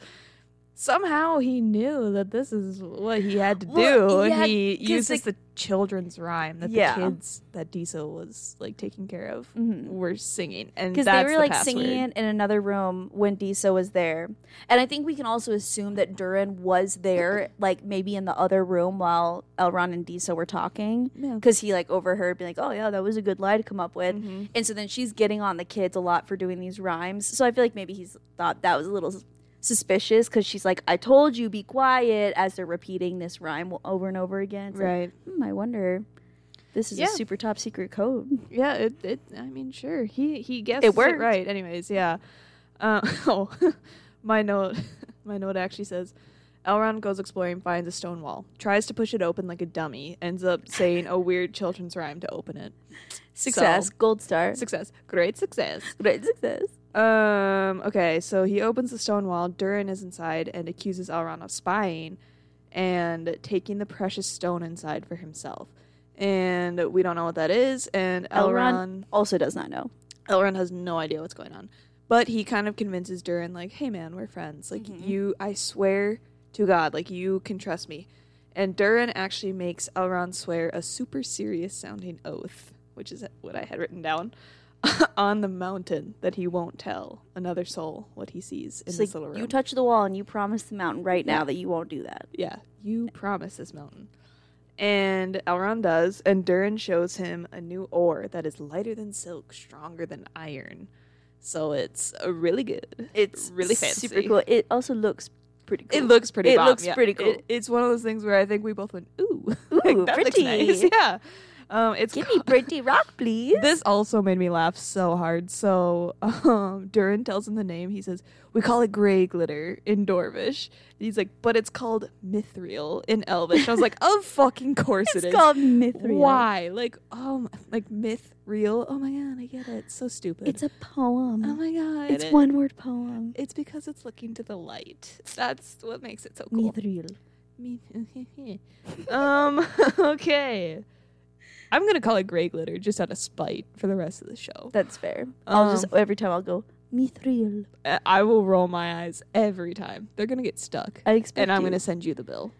Speaker 2: somehow he knew that this is what he had to
Speaker 1: Well,
Speaker 2: do.
Speaker 1: yeah,
Speaker 2: and he
Speaker 1: 'cause,
Speaker 2: uses
Speaker 1: like-
Speaker 2: the children's rhyme that
Speaker 1: Yeah.
Speaker 2: the kids that Diesel was like taking care of
Speaker 1: Mhm.
Speaker 2: were singing. And
Speaker 1: because
Speaker 2: that's
Speaker 1: they were
Speaker 2: the
Speaker 1: like
Speaker 2: password.
Speaker 1: singing it in another room when Disa was there, and I think we can also assume that Durin was there, like maybe in the other room while Elrond and Disa were talking,
Speaker 2: Yeah.
Speaker 1: because he like overheard, being like, "Oh yeah, that was a good lie to come up with,"
Speaker 2: Mhm.
Speaker 1: and so then she's getting on the kids a lot for doing these rhymes. So I feel like maybe he's thought that was a little s- suspicious because she's like, "I told you, be quiet," as they're repeating this rhyme over and over again. It's like,
Speaker 2: Right.
Speaker 1: hmm, I wonder. This is
Speaker 2: Yeah.
Speaker 1: a super top secret code.
Speaker 2: Yeah, it, it I mean, sure. He he guessed
Speaker 1: worked.
Speaker 2: right. Anyways, yeah. Uh, oh, my note my note actually says Elrond goes exploring, finds a stone wall, tries to push it open like a dummy, ends up saying a weird children's rhyme to open it.
Speaker 1: Success, gold star.
Speaker 2: Success. Great success.
Speaker 1: Great success.
Speaker 2: Um, okay, so he opens the stone wall, Durin is inside and accuses Elrond of spying and taking the precious stone inside for himself. And we don't know what that is, and
Speaker 1: Elrond-
Speaker 2: Elrond
Speaker 1: also does not know.
Speaker 2: Elrond has no idea what's going on. But he kind of convinces Durin, like, hey man, we're friends. Like,
Speaker 1: Mm-hmm.
Speaker 2: you, I swear to God, like, you can trust me. And Durin actually makes Elrond swear a super serious sounding oath, which is what I had written down, on the mountain that he won't tell another soul what he sees in
Speaker 1: It's
Speaker 2: this
Speaker 1: like,
Speaker 2: little room.
Speaker 1: you touch the wall and you promise the mountain right now that you won't do that.
Speaker 2: Yeah, you promise this mountain. And Elrond does, and Durin shows him a new ore that is lighter than silk, stronger than iron. So it's uh, really good. really fancy.
Speaker 1: super cool. It also looks pretty cool.
Speaker 2: It looks pretty.
Speaker 1: It
Speaker 2: bomb,
Speaker 1: looks
Speaker 2: yeah.
Speaker 1: pretty
Speaker 2: It-
Speaker 1: cool.
Speaker 2: it's one of those things where I think we both went, "Ooh,
Speaker 1: Ooh,
Speaker 2: that looks
Speaker 1: pretty.
Speaker 2: nice." Yeah. Um, it's
Speaker 1: Give
Speaker 2: ca-
Speaker 1: me pretty rock, please.
Speaker 2: this also made me laugh so hard. So um, Durin tells him the name. He says, "We call it gray glitter in Dorvish." And he's like, "But it's called mithril in Elvish." I was like, "Of fucking course
Speaker 1: it's
Speaker 2: it is.
Speaker 1: called Mithril.
Speaker 2: Why? Like, um, like mithril. Oh my god, I get it. So stupid.
Speaker 1: It's a
Speaker 2: oh
Speaker 1: poem.
Speaker 2: my god,
Speaker 1: it's
Speaker 2: it-
Speaker 1: one word poem.
Speaker 2: It's because it's looking to the light. That's what makes it so cool.
Speaker 1: Mithril.
Speaker 2: Me- um. Okay. I'm gonna call it gray glitter just out of spite for the rest of the show.
Speaker 1: That's fair. I'll just
Speaker 2: Um,
Speaker 1: every time I'll go Mithril.
Speaker 2: I- I will roll my eyes every time. They're gonna get stuck,
Speaker 1: I expect.
Speaker 2: and I'm
Speaker 1: you.
Speaker 2: gonna send you the bill.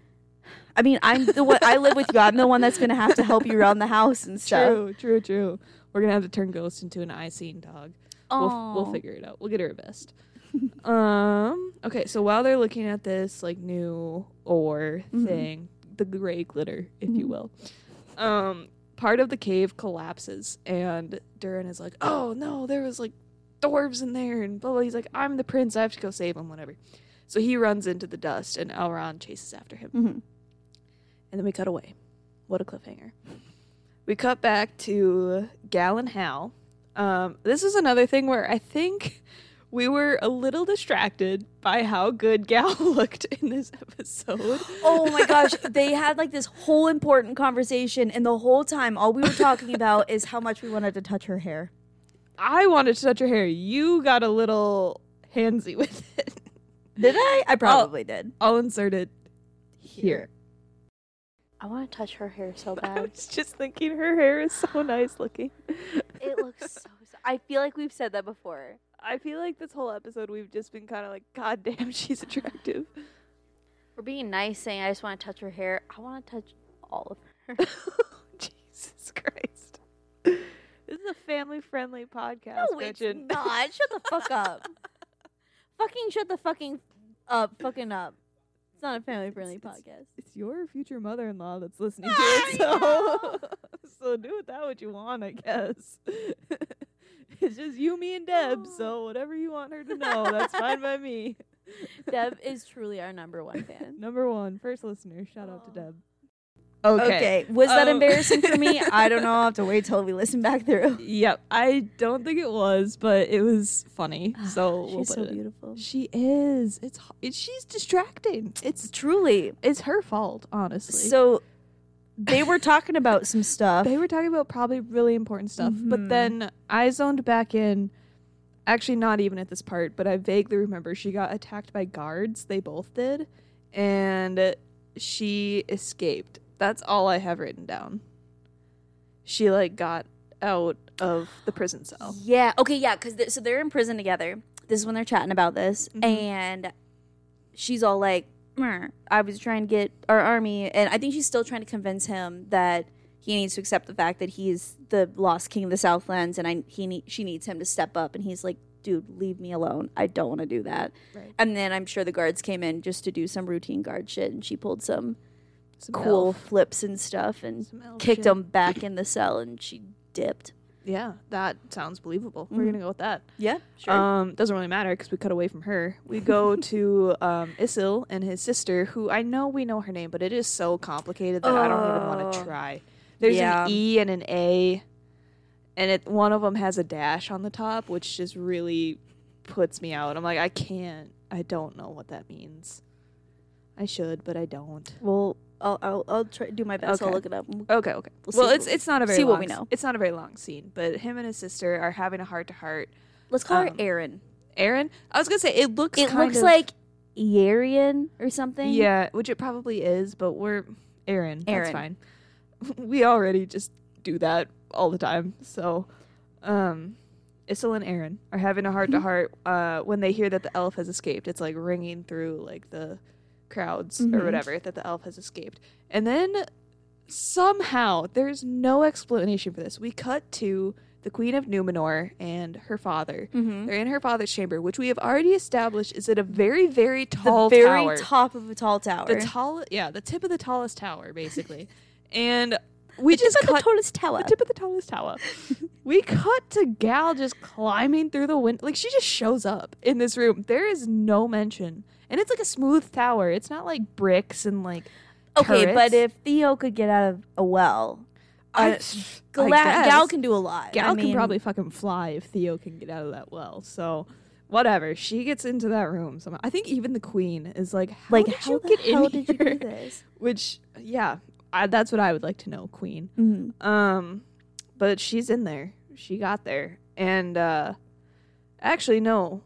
Speaker 1: I mean, I'm the one. I live with you. I'm the one that's gonna have to help you around the house and stuff.
Speaker 2: True, true, true. We're gonna have to turn Ghost into an eye seeing dog. We'll, f- we'll
Speaker 1: Aw.
Speaker 2: figure it out. We'll get her a vest. um. Okay. So while they're looking at this like new ore thing, the gray glitter, if you will, um, part of the cave collapses, and Durin is like, "Oh no, there was like dwarves in there," and blah blah. He's like, "I'm the prince. I have to go save him. Whatever." So he runs into the dust, and Elrond chases after him.
Speaker 1: Mhm.
Speaker 2: And then we cut away. What a cliffhanger. We cut back to Gal and Hal. Um, this is another thing where I think we were a little distracted by how good Gal looked in this episode.
Speaker 1: Oh my gosh, they had like this whole important conversation, and the whole time, all we were talking about is how much we wanted to touch her hair.
Speaker 2: I wanted to touch her hair. You got a little handsy with it.
Speaker 1: Did I?
Speaker 3: Oh.
Speaker 1: I probably did.
Speaker 2: I'll insert it here.
Speaker 3: I want to touch her hair so
Speaker 2: I
Speaker 3: bad.
Speaker 2: was just thinking her hair is so nice looking.
Speaker 3: it looks so, so. I feel like we've said that before.
Speaker 2: I feel like this whole episode we've just been kind of like, God damn, she's attractive.
Speaker 3: We're being nice, saying I just want to touch her hair. I want to touch all of her.
Speaker 2: Jesus Christ. This is a family friendly podcast, Gretchen.
Speaker 3: not. Shut the fuck up. fucking shut the fucking up. Fucking up. It's not a family friendly
Speaker 2: It's- it's-
Speaker 3: podcast.
Speaker 2: It's your future mother in law that's listening to it. So, so do with that what you want, I guess. it's just you, me, and Deb.
Speaker 1: Oh.
Speaker 2: So whatever you want her to know, that's fine by me.
Speaker 3: Deb is truly our number one fan.
Speaker 2: Number one, first listener, shout out to
Speaker 3: Oh.
Speaker 2: Deb.
Speaker 1: Okay. Was that
Speaker 2: Um,
Speaker 1: embarrassing for me? I don't know. I'll have to wait till we listen back through.
Speaker 2: Yep. I don't think it was, but it was funny. So we'll
Speaker 1: she's
Speaker 2: put
Speaker 1: so
Speaker 2: it in.
Speaker 1: beautiful.
Speaker 2: She is. It's, h- it's she's distracting. It's
Speaker 1: Truly.
Speaker 2: it's her fault, honestly.
Speaker 1: So they were talking about some stuff.
Speaker 2: They were talking about probably really important stuff,
Speaker 1: Mhm.
Speaker 2: but then I zoned back in. Actually, not even at this part, but I vaguely remember she got attacked by guards. They both did, and she escaped. That's all I have written down. She like got out of the prison cell.
Speaker 1: Yeah. Okay. Yeah. Because so they're in prison together. This is when they're chatting about this,
Speaker 2: Mhm.
Speaker 1: and she's all like, "Mer, "I was trying to get our army," and I think she's still trying to convince him that he needs to accept the fact that he's the lost king of the Southlands, and I he need, she needs him to step up. And he's like, "Dude, leave me alone. I don't want to do that."
Speaker 2: Right.
Speaker 1: And then I'm sure the guards came in just to do some routine guard shit, and she pulled some
Speaker 2: Some
Speaker 1: cool
Speaker 2: elf-
Speaker 1: flips and stuff, and
Speaker 2: some elf
Speaker 1: kicked
Speaker 2: Oh,
Speaker 1: him
Speaker 2: shit.
Speaker 1: back in the cell, and she dipped.
Speaker 2: Yeah, that sounds believable. We're
Speaker 1: Mhm.
Speaker 2: gonna go with that.
Speaker 1: Yeah.
Speaker 2: Um, doesn't really matter because we cut away from her. We go to um, Isil and his sister, who I know we know her name, but it is so complicated that I don't even want to
Speaker 1: Oh.
Speaker 2: try. There's
Speaker 1: Yeah.
Speaker 2: an E and an A, and it one of them has a dash on the top, which just really puts me out. I'm like, I can't. I don't know what that means. I should, but I don't.
Speaker 1: Well, I'll I'll, I'll try do my best. I'll
Speaker 2: Okay.
Speaker 1: look it up.
Speaker 2: Okay, okay.
Speaker 1: We'll
Speaker 2: Well,
Speaker 1: see what
Speaker 2: it's
Speaker 1: we-
Speaker 2: it's not a very
Speaker 1: see
Speaker 2: long
Speaker 1: what we
Speaker 2: s-
Speaker 1: know.
Speaker 2: It's not a very long scene, but him and his sister are having a heart to heart.
Speaker 1: Let's call her
Speaker 2: Um,
Speaker 1: Erin.
Speaker 2: Aaron, I was gonna say it looks.
Speaker 1: It
Speaker 2: kind
Speaker 1: looks
Speaker 2: of-
Speaker 1: like Yarian or something.
Speaker 2: Yeah, which it probably is, but we're Aaron.
Speaker 1: Aaron.
Speaker 2: That's fine. We already just do that all the time. So, um, Issel and Aaron are having a heart to heart uh when they hear that the elf has escaped. It's like ringing through like the crowds
Speaker 1: Mhm.
Speaker 2: or whatever that the elf has escaped. And then somehow there's no explanation for this. We cut to the Queen of Numenor and her father.
Speaker 1: Mm-hmm.
Speaker 2: They're in her father's chamber, which we have already established is at a very, very
Speaker 1: The
Speaker 2: tall
Speaker 1: very
Speaker 2: tower
Speaker 1: top of a tall tower.
Speaker 2: the tall yeah the tip of the tallest tower basically and we
Speaker 1: Just like
Speaker 2: just
Speaker 1: the
Speaker 2: cut
Speaker 1: tallest tower.
Speaker 2: the tip of the tallest tower we cut to gal just climbing through the window like she just shows up in this room there is no mention and it's like a smooth tower it's not like bricks and like
Speaker 1: okay, but
Speaker 2: turrets.
Speaker 1: if Theo could get out of a well, uh,
Speaker 2: I- I
Speaker 1: Gla-
Speaker 2: guess.
Speaker 1: Gal can do a lot.
Speaker 2: Gal
Speaker 1: I mean,
Speaker 2: can probably fucking fly if Theo can get out of that well. So, whatever. She gets into that room somehow. I think even the queen is like, how
Speaker 1: like
Speaker 2: did
Speaker 1: how
Speaker 2: you
Speaker 1: the
Speaker 2: get
Speaker 1: hell
Speaker 2: in
Speaker 1: did
Speaker 2: here?
Speaker 1: you do this?
Speaker 2: Which, yeah, I, that's what I would like to know, queen.
Speaker 1: Mm-hmm.
Speaker 2: Um, but she's in there. She got there, and uh, actually, no,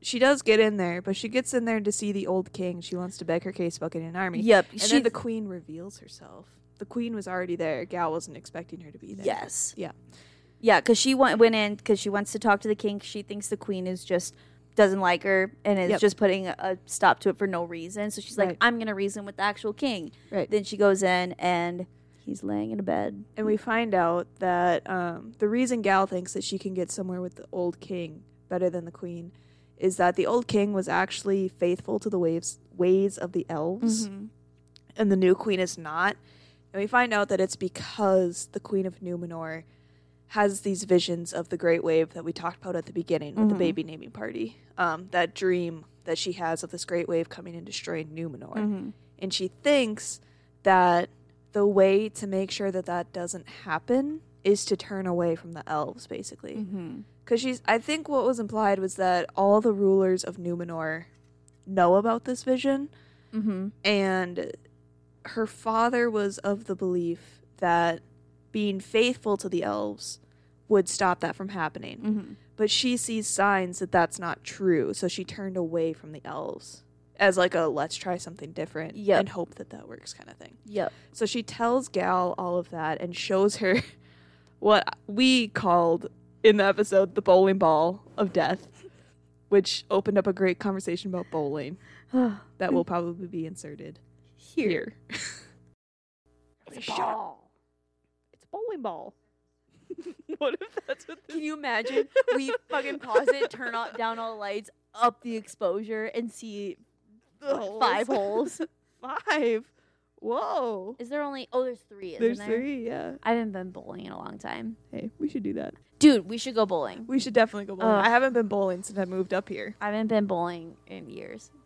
Speaker 2: she does get in there. But she gets in there to see the old king. She wants to beg her case about getting an army.
Speaker 1: Yep.
Speaker 2: and
Speaker 1: she
Speaker 2: then the queen reveals herself. The queen was already there. Gal wasn't expecting her to be there.
Speaker 1: Yes.
Speaker 2: Yeah.
Speaker 1: Yeah, because she went went in because she wants to talk to the king. She thinks the queen is just doesn't like her and is
Speaker 2: Yep.
Speaker 1: just putting a stop to it for no reason. So she's like,
Speaker 2: Right.
Speaker 1: "I'm gonna reason with the actual king."
Speaker 2: Right.
Speaker 1: Then she goes in and he's laying in a bed.
Speaker 2: and we find out that um, the reason Gal thinks that she can get somewhere with the old king better than the queen is that the old king was actually faithful to the waves ways of the
Speaker 1: Mm-hmm.
Speaker 2: elves. and the new queen is not. And we find out that it's because the queen of Numenor has these visions of the great wave that we talked about at the beginning with
Speaker 1: Mhm.
Speaker 2: the baby naming party. Um, that dream that she has of this great wave coming and destroying Numenor.
Speaker 1: Mm-hmm.
Speaker 2: And she thinks that the way to make sure that that doesn't happen is to turn away from the elves, basically.
Speaker 1: Mm-hmm.
Speaker 2: Because she's, I think what was implied was that all the rulers of Numenor know about this vision,
Speaker 1: Mm-hmm.
Speaker 2: and her father was of the belief that being faithful to the elves would stop that from happening.
Speaker 1: Mm-hmm.
Speaker 2: But she sees signs that that's not true, so she turned away from the elves as like a let's try something different
Speaker 1: Yep.
Speaker 2: and hope that that works kind of thing.
Speaker 1: Yep.
Speaker 2: So she tells Gal all of that and shows her what we called in the episode the bowling ball of death, which opened up a great conversation about bowling that will probably be inserted Mm. here.
Speaker 1: It's a ball.
Speaker 2: It's a bowling ball. what if that's what
Speaker 1: Can you imagine? We fucking pause it, turn off, down all lights, up the exposure, and see
Speaker 2: the
Speaker 1: five holes.
Speaker 2: Five. Whoa.
Speaker 3: Is there only? Oh, there's three. Isn't
Speaker 2: There's
Speaker 3: there?
Speaker 2: three, yeah.
Speaker 3: I haven't been bowling in a long time,
Speaker 2: Hey, we should do that.
Speaker 3: dude. We should go bowling.
Speaker 2: We should definitely go bowling.
Speaker 3: Ugh.
Speaker 2: Oh, I haven't been bowling since I moved up here.
Speaker 3: I haven't been bowling in years.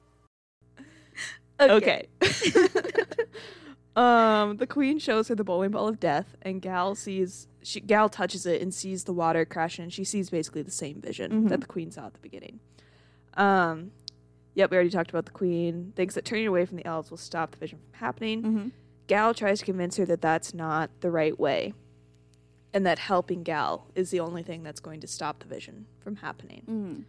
Speaker 2: Okay. um, the queen shows her the bowling ball of death, and Gal sees she Gal touches it and sees the water crashing. And she sees basically the same vision
Speaker 1: Mhm.
Speaker 2: that the queen saw at the beginning. Um, yep, we already talked about the queen. Thinks that turning away from the elves will stop the vision from happening.
Speaker 1: Mhm.
Speaker 2: Gal tries to convince her that that's not the right way, and that helping Gal is the only thing that's going to stop the vision from happening.
Speaker 1: Mm.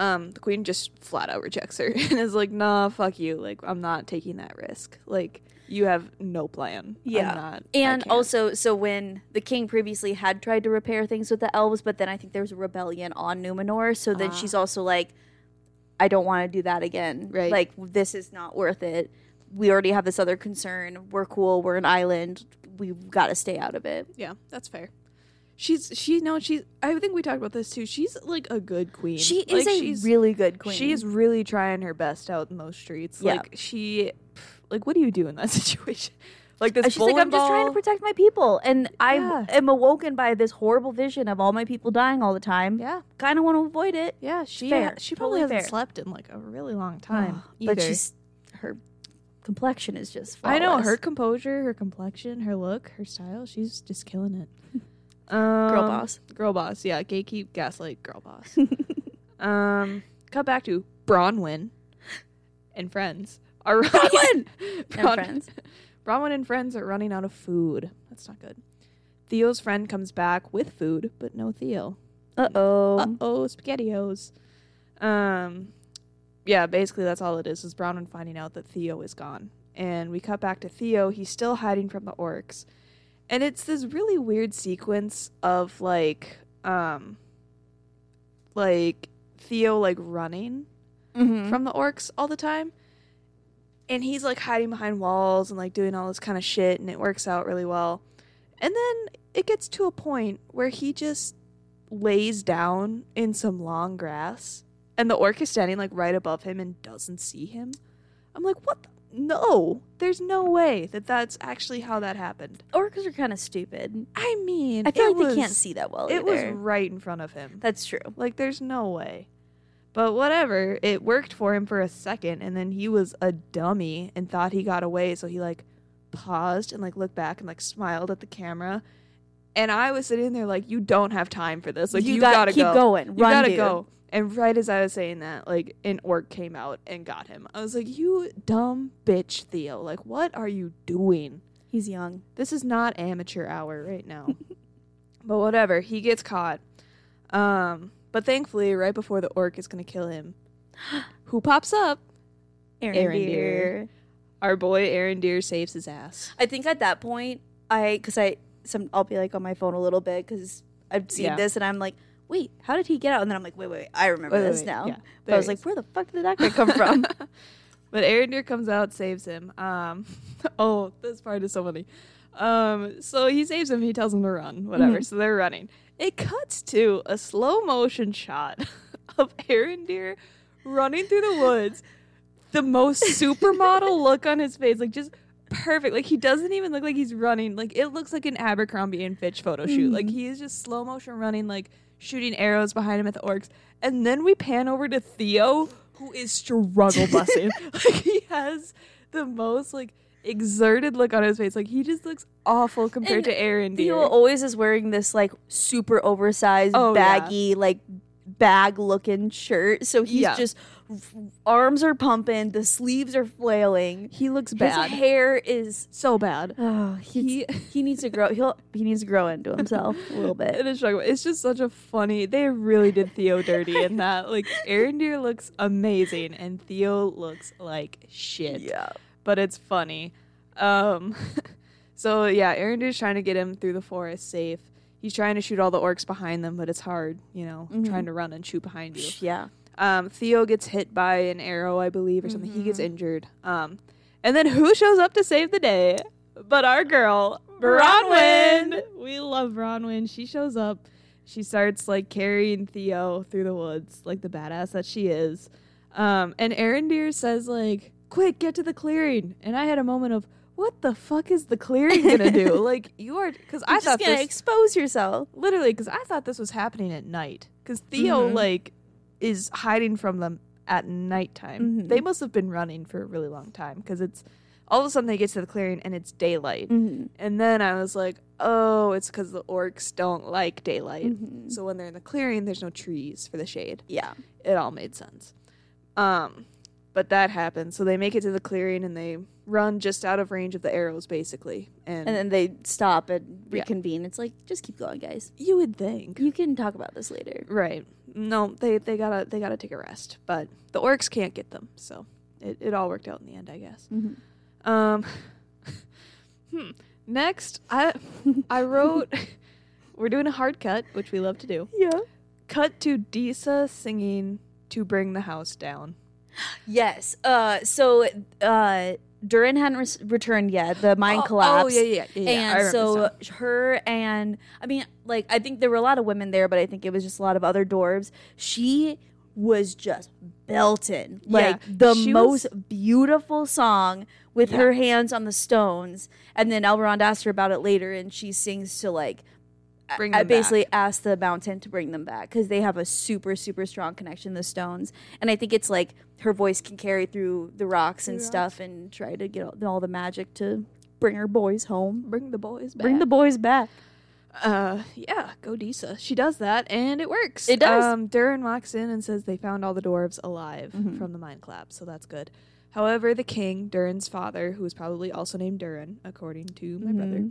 Speaker 2: Um, the queen just flat out rejects her and is like, "Nah, fuck you. Like, I'm not taking that risk. Like, you have no plan. I'm
Speaker 1: Yeah.
Speaker 2: not- I
Speaker 1: And
Speaker 2: can't."
Speaker 1: also, so when the king previously had tried to repair things with the elves, but then I think there was a rebellion on Numenor, so then
Speaker 2: Ah.
Speaker 1: she's also like, I don't want to do that again.
Speaker 2: Right.
Speaker 1: Like, this is not worth it. We already have this other concern. We're cool. We're an island. We've got to stay out of it.
Speaker 2: yeah, that's fair. She's she no she's I think we talked about this too. She's like a good queen.
Speaker 1: She is
Speaker 2: Like,
Speaker 1: a
Speaker 2: she's,
Speaker 1: really good queen.
Speaker 2: She is really trying her best out in those streets.
Speaker 1: Yeah.
Speaker 2: Like she, pff, like what do you do in that situation? Like this
Speaker 1: And She's like,
Speaker 2: bowling
Speaker 1: I'm just trying to
Speaker 2: ball-
Speaker 1: protect my people, and I
Speaker 2: Yeah.
Speaker 1: am awoken by this horrible vision of all my people dying all the time.
Speaker 2: Yeah,
Speaker 1: Kind of want to avoid it,
Speaker 2: yeah. She
Speaker 1: Fair.
Speaker 2: she probably
Speaker 1: Totally
Speaker 2: hasn't
Speaker 1: fair.
Speaker 2: slept in like a really long time.
Speaker 1: but
Speaker 2: either.
Speaker 1: she's her complexion is just. Flawless.
Speaker 2: I know her composure, her complexion, her look, her style. She's just killing it. Um,
Speaker 1: girl boss.
Speaker 2: Girl boss. Yeah, gatekeep, gaslight, girl boss. um, cut back to Bronwyn and friends are Bronwyn.
Speaker 1: And friends.
Speaker 2: Bronwyn and friends are running out of food. That's not good. Theo's friend comes back with food, but no Theo.
Speaker 1: Uh oh.
Speaker 2: Uh-oh, SpaghettiOs. Um, yeah, basically that's all it is, is Bronwyn finding out that Theo is gone. And we cut back to Theo. He's still hiding from the orcs. And it's this really weird sequence of like, um, like Theo like running
Speaker 1: Mm-hmm.
Speaker 2: from the orcs all the time. And he's like hiding behind walls and like doing all this kind of shit, and it works out really well. And then it gets to a point where he just lays down in some long grass, and the orc is standing like right above him and doesn't see him. I'm like, what? The- no, there's no way that that's actually how that happened.
Speaker 1: Orcas are kind of stupid.
Speaker 2: I mean,
Speaker 1: I feel
Speaker 2: it
Speaker 1: like they can't
Speaker 2: was-
Speaker 1: see that well.
Speaker 2: It was
Speaker 1: either.
Speaker 2: right in front of him.
Speaker 1: That's true.
Speaker 2: Like, there's no way. But whatever, it worked for him for a second, and then he was a dummy and thought he got away. So he like paused and like looked back and like smiled at the camera. And I was sitting there like, you don't have time for this. Like, you,
Speaker 1: got-
Speaker 2: gotta
Speaker 1: keep
Speaker 2: go.
Speaker 1: going.
Speaker 2: You
Speaker 1: Run,
Speaker 2: gotta
Speaker 1: dude.
Speaker 2: go. And right as I was saying that, like an orc came out and got him. I was like, you dumb bitch, Theo. Like, what are you doing?
Speaker 1: He's young.
Speaker 2: This is not amateur hour right now. but whatever, he gets caught. Um, but thankfully, right before the orc is going to kill him, who pops up? Aaron
Speaker 1: Deere.
Speaker 2: Our boy Aaron Deer saves his ass.
Speaker 1: I think at that point, I because I some I'll be like on my phone a little bit because I've seen
Speaker 2: Yeah.
Speaker 1: this and I'm like, wait, how did he get out? And then I'm like, wait, wait, wait I remember
Speaker 2: Wait, wait,
Speaker 1: this
Speaker 2: wait,
Speaker 1: now.
Speaker 2: yeah,
Speaker 1: but I was
Speaker 2: there
Speaker 1: like, where the fuck did that guy come from?
Speaker 2: But Aaron Deer comes out, saves him. Um, oh, this part is so funny. Um, so he saves him. He tells him to run, whatever. So they're running. It cuts to a slow motion shot of Aaron Deer running through the woods. The most supermodel look on his face, like just perfect. Like he doesn't even look like he's running. Like it looks like an Abercrombie and Fitch photo shoot. Like he is just slow motion running, like shooting arrows behind him at the orcs. And then we pan over to Theo, who is struggle busting. like he has the most like exerted look on his face. Like he just looks awful compared
Speaker 1: And
Speaker 2: to Aaron. Deere.
Speaker 1: Theo always is wearing this like super oversized,
Speaker 2: Oh, yeah.
Speaker 1: baggy, like bag looking shirt. So he's
Speaker 2: Yeah.
Speaker 1: just arms are pumping, the sleeves are flailing.
Speaker 2: he looks bad,
Speaker 1: His hair is
Speaker 2: so bad.
Speaker 1: oh he he needs to grow he'll he needs to grow into himself a little bit.
Speaker 2: It is shocking. It's just such a funny. They really did Theo dirty in that. Like Aaron Deere looks amazing, and Theo looks like shit. but it's funny. Um, so yeah, Aaron is trying to get him through the forest safe. He's trying to shoot all the orcs behind them, but it's hard, you know,
Speaker 1: Mhm.
Speaker 2: trying to run and shoot behind you.
Speaker 1: Yeah.
Speaker 2: Um, Theo gets hit by an arrow, I believe, or something. He gets injured. Um, and then who shows up to save the day? But our girl, Bronwyn. We love Bronwyn. She shows up. She starts like carrying Theo through the woods, like the badass that she is. Um, and Erendir says, like, quick, get to the clearing. And I had a moment of, what the fuck is the clearing gonna do? like, you are, because I
Speaker 1: You're just
Speaker 2: thought
Speaker 1: gonna
Speaker 2: this,
Speaker 1: expose yourself.
Speaker 2: literally because i thought this was happening at night because theo
Speaker 1: Mhm.
Speaker 2: like is hiding from them at nighttime
Speaker 1: Mhm.
Speaker 2: they must have been running for a really long time because it's all of a sudden they get to the clearing and it's daylight
Speaker 1: Mm-hmm,
Speaker 2: and then i was like oh it's because the orcs don't like daylight
Speaker 1: Mhm.
Speaker 2: so when they're in the clearing there's no trees for the shade
Speaker 1: Yeah.
Speaker 2: it all made sense. Um, but that happens. So they make it to the clearing and they run just out of range of the arrows, basically. And,
Speaker 1: And then they stop and
Speaker 2: Yeah.
Speaker 1: reconvene. It's like just keep going, guys.
Speaker 2: you would think,
Speaker 1: You can talk about this later.
Speaker 2: right? No, they they gotta they gotta take a rest. But the orcs can't get them, so it, it all worked out in the end, I guess.
Speaker 1: Mhm.
Speaker 2: Um, hmm. next, I I wrote. We're doing a hard cut, which we love to do.
Speaker 1: Yeah.
Speaker 2: Cut to Disa singing to bring the house down.
Speaker 1: Yes. Uh, so uh, Durin hadn't res- returned yet. The mine
Speaker 2: Oh,
Speaker 1: collapsed.
Speaker 2: Oh yeah, yeah, yeah. yeah. I
Speaker 1: And
Speaker 2: remember this
Speaker 1: so
Speaker 2: now.
Speaker 1: her and I mean, like I think there were a lot of women there, but I think it was just a lot of other dwarves. She was just belting like
Speaker 2: Yeah,
Speaker 1: the
Speaker 2: she
Speaker 1: most beautiful song with
Speaker 2: Yeah.
Speaker 1: her hands on the stones. And then Elrond asked her about it later, and she sings to like I-
Speaker 2: Bring
Speaker 1: I
Speaker 2: them back.
Speaker 1: basically asked the mountain to bring them back because they have a super super strong connection the stones, and I think it's like her voice can carry through the rocks and
Speaker 2: Through rocks.
Speaker 1: stuff and try to get all, all the magic to bring her boys home.
Speaker 2: Bring the boys back.
Speaker 1: Bring the boys back.
Speaker 2: uh, yeah, go Disa. She does that, and it works.
Speaker 1: It does.
Speaker 2: Um, Durin walks in and says they found all the dwarves alive
Speaker 1: Mm-hmm.
Speaker 2: from the mine collapse, so that's good. However, the king, Durin's father, who is probably also named Durin, according to
Speaker 1: Mm-hmm.
Speaker 2: my brother,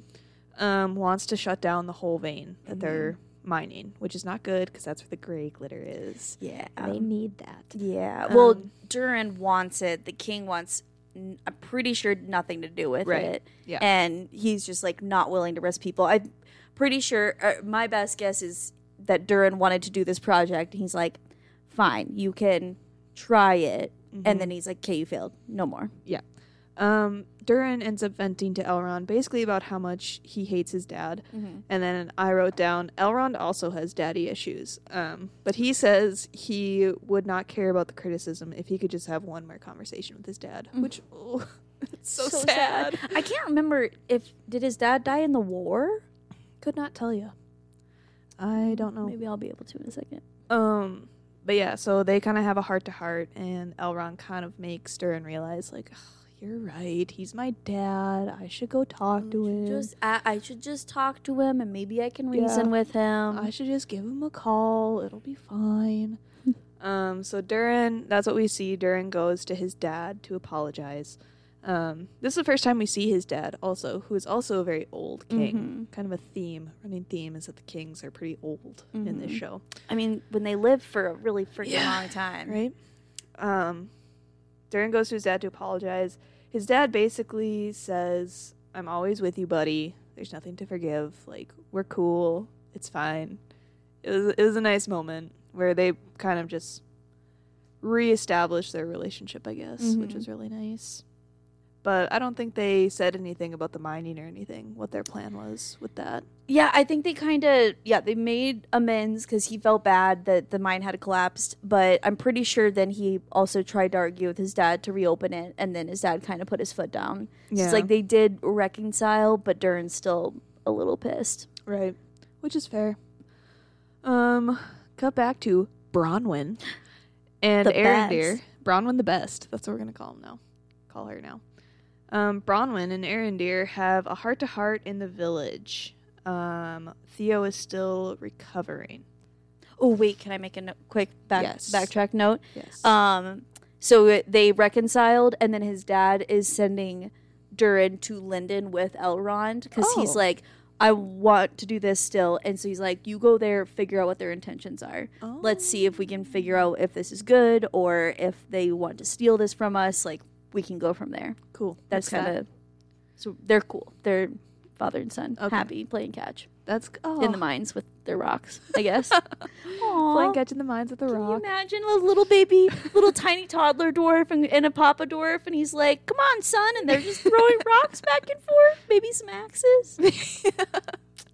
Speaker 2: um, wants to shut down the whole vein
Speaker 1: Mm-hmm.
Speaker 2: that they're mining, which is not good because that's where the gray glitter is.
Speaker 1: Yeah.
Speaker 2: they need that.
Speaker 1: yeah. well,
Speaker 2: Um,
Speaker 1: Durin wants it. The king wants, n- I'm pretty sure, nothing to do with
Speaker 2: Right.
Speaker 1: it.
Speaker 2: Yeah.
Speaker 1: And he's just like not willing to risk people. I'm pretty sure, uh, my best guess is that Durin wanted to do this project. And he's like, fine, you can try it. And then he's like, okay, you failed. No more.
Speaker 2: mm-hmm. Um, Durin ends up venting to Elrond basically about how much he hates his dad. And then I wrote down Elrond also has daddy issues. Um, but he says he would not care about the criticism if he could just have one more conversation with his dad, which oh, it's so, sad.
Speaker 1: I can't remember if, did his dad die in the war?
Speaker 2: Could not tell you. I don't know.
Speaker 1: Maybe I'll be able to in a second.
Speaker 2: Um, but yeah, so they kind of have a heart to heart, and Elrond kind of makes Durin realize like, "Ugh, you're right. He's my dad. I should go talk to him.
Speaker 1: Just I, I should just talk to him and maybe I can reason
Speaker 2: Yeah.
Speaker 1: with him.
Speaker 2: I should just give him a call. It'll be fine. um, so Durin, that's what we see. Durin goes to his dad to apologize. Um, this is the first time we see his dad, also, who is also a very old king. Kind of a theme, running theme is that the kings are pretty old in this show,
Speaker 1: I mean, when they live for a really freaking
Speaker 2: Yeah,
Speaker 1: long time.
Speaker 2: right? Um, Durin goes to his dad to apologize. His dad basically says, "I'm always with you, buddy. There's nothing to forgive. Like we're cool. It's fine." it was it was a nice moment where they kind of just reestablished their relationship, I guess, which
Speaker 1: Mhm.
Speaker 2: was really nice. But I don't think they said anything about the mining or anything, what their plan was with that.
Speaker 1: Yeah, I think they kind of yeah they made amends because he felt bad that the mine had collapsed, but I'm pretty sure then he also tried to argue with his dad to reopen it, and then his dad kind of put his foot down. So
Speaker 2: Yeah.
Speaker 1: it's like they did reconcile, but Durin's still a little pissed.
Speaker 2: Right. Which is fair. Um cut back to Bronwyn and
Speaker 1: The
Speaker 2: Erendir. Bronwyn the best. That's what we're gonna call him now. Call her now. Um, Bronwyn and Erendir have a heart to heart in the village. Um, Theo is still recovering.
Speaker 1: Oh wait, can I make a no- quick back
Speaker 2: Yes.
Speaker 1: backtrack note?
Speaker 2: Yes.
Speaker 1: Um, so it- they reconciled, and then his dad is sending Durin to Linden with Elrond because
Speaker 2: Oh.
Speaker 1: he's like, I want to do this still, and so he's like, you go there, figure out what their intentions are.
Speaker 2: Oh.
Speaker 1: Let's see if we can figure out if this is good or if they want to steal this from us. Like we can go from there.
Speaker 2: Cool.
Speaker 1: That's
Speaker 2: Okay.
Speaker 1: kind of so they're cool. They're father and son,
Speaker 2: Okay.
Speaker 1: happy playing catch
Speaker 2: that's oh.
Speaker 1: in the mines with their rocks. I guess.
Speaker 2: Playing
Speaker 1: Aw.
Speaker 2: catch in the mines of the
Speaker 1: Can you
Speaker 2: rock.
Speaker 1: imagine a little baby, little tiny toddler dwarf and, and a papa dwarf, and he's like, "Come on, son!" And they're just throwing rocks back and forth, maybe some axes.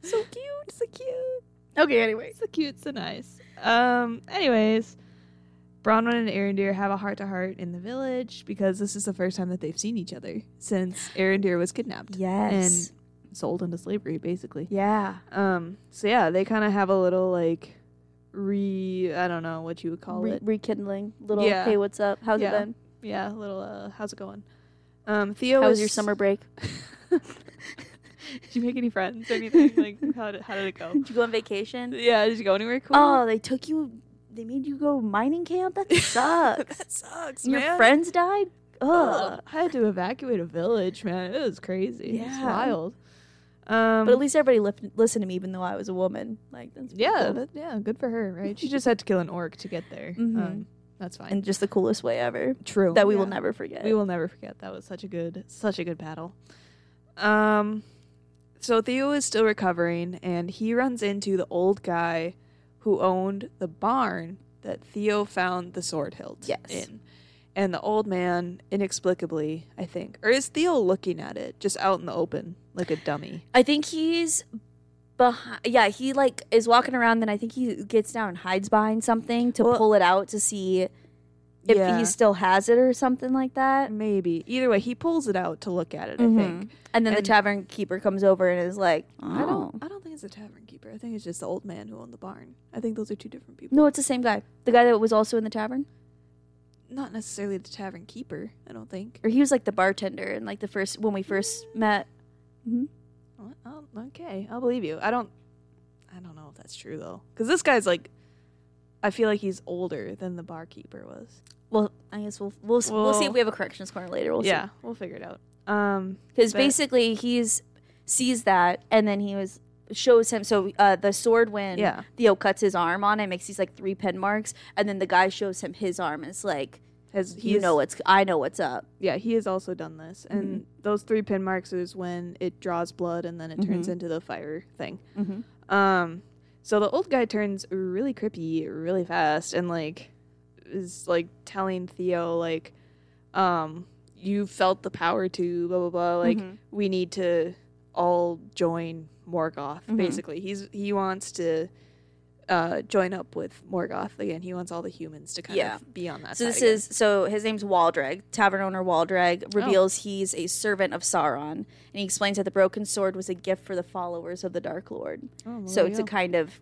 Speaker 2: so cute. So cute.
Speaker 1: Okay, anyway.
Speaker 2: So cute, so nice. Um, anyways, Bronwyn and Erendir have a heart to heart in the village because this is the first time that they've seen each other since Erendir was kidnapped
Speaker 1: Yes.
Speaker 2: and sold into slavery, basically.
Speaker 1: yeah.
Speaker 2: Um, so yeah, they kind of have a little like re I don't know what you would call
Speaker 1: Re-
Speaker 2: it.
Speaker 1: rekindling, little.
Speaker 2: Yeah.
Speaker 1: Hey, what's up? How's
Speaker 2: Yeah.
Speaker 1: it been?
Speaker 2: Yeah, a little uh, how's it going? Um, Theo
Speaker 1: How
Speaker 2: is
Speaker 1: was your summer break?
Speaker 2: did you make any friends or anything? like how did, how did it go?
Speaker 1: Did you go on vacation?
Speaker 2: Yeah, did you go anywhere cool?
Speaker 1: Oh, they took you. They made you go mining camp. That sucks.
Speaker 2: that sucks,
Speaker 1: Your
Speaker 2: man.
Speaker 1: friends died. Ugh.
Speaker 2: Ugh, I had to evacuate a village, man. It was crazy. It was
Speaker 1: Yeah.
Speaker 2: wild. Um,
Speaker 1: But at least everybody lif- listened to me, even though I was a woman. Like that's pretty
Speaker 2: yeah,
Speaker 1: cool.
Speaker 2: that, yeah, good for her, right? She just had to kill an orc to get there.
Speaker 1: Mhm.
Speaker 2: Um, that's fine.
Speaker 1: in just the coolest way ever
Speaker 2: true
Speaker 1: that Oh, we will
Speaker 2: Yeah.
Speaker 1: never forget.
Speaker 2: We will never forget. That was such a good, such a good battle. Um, so Theo is still recovering, and he runs into the old guy who owned the barn that Theo found the sword hilt
Speaker 1: Yes.
Speaker 2: in. And the old man, inexplicably, I think, or is Theo looking at it just out in the open like a dummy?
Speaker 1: I think he's behind. Yeah, he like is walking around. Then I think he gets down and hides behind something to
Speaker 2: Well-
Speaker 1: pull it out to see if he still has it or something like that.
Speaker 2: maybe. Either way, he pulls it out to look at it.
Speaker 1: Mm-hmm.
Speaker 2: I think.
Speaker 1: And then the
Speaker 2: And-
Speaker 1: tavern keeper comes over and is like,
Speaker 2: I
Speaker 1: "Oh."
Speaker 2: don't. I don't think it's the tavern keeper. I think it's just the old man who owned the barn. I think those are two different people.
Speaker 1: No, it's the same guy. The guy that was also in the tavern,
Speaker 2: not necessarily the tavern keeper. I don't think.
Speaker 1: or he was like the bartender and like the first when we first met.
Speaker 2: Well, um, okay, I'll believe you. I don't. I don't know if that's true though, because this guy's like, I feel like he's older than the barkeeper was.
Speaker 1: Well, I guess we'll we'll we'll, see
Speaker 2: Well-
Speaker 1: if we have a corrections corner later. We'll see.
Speaker 2: yeah, we'll figure it out. Um,
Speaker 1: because
Speaker 2: But-
Speaker 1: basically he's sees that and then he was shows him so uh, the sword when
Speaker 2: yeah,
Speaker 1: Theo cuts his arm on it makes these like three pen marks and then the guy shows him his arm and it's like
Speaker 2: has
Speaker 1: you know Mm-hmm. what's I know what's up
Speaker 2: Yeah, he has also done this, and those three pin marks is when it draws blood and then it turns into the fire thing.
Speaker 1: mm-hmm.
Speaker 2: Um, so the old guy turns really creepy really fast and like is like telling Theo like, um, you felt the power to blah blah blah. Like
Speaker 1: Mhm.
Speaker 2: we need to all join Morgoth.
Speaker 1: Mhm.
Speaker 2: Basically, he's he wants to uh join up with Morgoth again. He wants all the humans to kind
Speaker 1: Yeah.
Speaker 2: of be on that.
Speaker 1: so
Speaker 2: side
Speaker 1: this
Speaker 2: again.
Speaker 1: is so his name's Waldreg tavern owner
Speaker 2: Oh.
Speaker 1: Waldreg reveals he's a servant of Sauron and he explains that the broken sword was a gift for the followers of the Dark Lord
Speaker 2: Oh, well,
Speaker 1: so
Speaker 2: there
Speaker 1: it's
Speaker 2: you
Speaker 1: a kind of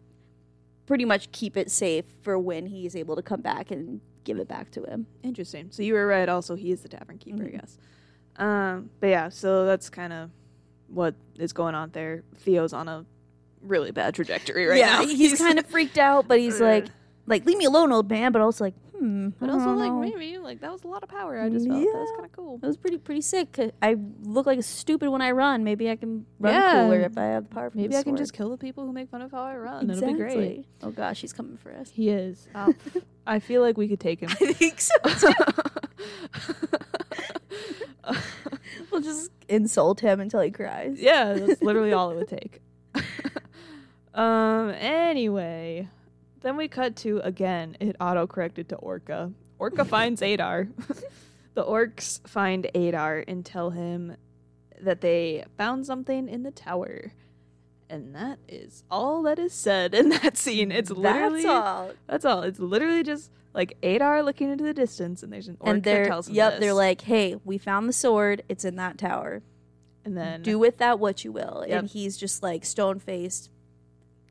Speaker 1: pretty much keep it safe for when he's able to come back and give it back to him
Speaker 2: Interesting. So you were right. Also, he is the tavern keeper, I
Speaker 1: Mhm.
Speaker 2: guess. Um, but yeah, so that's kind of what is going on there. Theo's on a really bad trajectory right
Speaker 1: yeah,
Speaker 2: now.
Speaker 1: he's, kind of freaked out, but he's like, like leave me alone, old man. But also like, hmm.
Speaker 2: but
Speaker 1: I
Speaker 2: also
Speaker 1: don't
Speaker 2: "Oh, like
Speaker 1: know.
Speaker 2: maybe like that was a lot of power. I just felt that was
Speaker 1: Yeah.
Speaker 2: kind of cool.
Speaker 1: that was pretty pretty sick. 'cause I look like a stupid when I run. Maybe I can run
Speaker 2: Yeah.
Speaker 1: cooler if I have the power. From
Speaker 2: Maybe
Speaker 1: the
Speaker 2: I can
Speaker 1: sword.
Speaker 2: just kill the people who make fun of how I run.
Speaker 1: exactly.
Speaker 2: It'll be great.
Speaker 1: Oh gosh, he's coming for us.
Speaker 2: He is. Oh, I feel like we could take him.
Speaker 1: I think so. We'll just insult him until he cries.
Speaker 2: Yeah, that's literally all it would take. um. Anyway, then we cut to again. It auto corrected to Orca. Orca finds Adar. the orcs find Adar and tell him that they found something in the tower. And that is all that is said in that scene. It's literally
Speaker 1: That's all.
Speaker 2: that's all. It's literally just like Adar looking into the distance, and there's an orc
Speaker 1: And
Speaker 2: that
Speaker 1: they're
Speaker 2: tells him
Speaker 1: yep.
Speaker 2: this.
Speaker 1: They're like, hey, we found the sword. It's in that tower.
Speaker 2: and then
Speaker 1: Do with that what you will.
Speaker 2: Yep.
Speaker 1: And he's just like stone faced.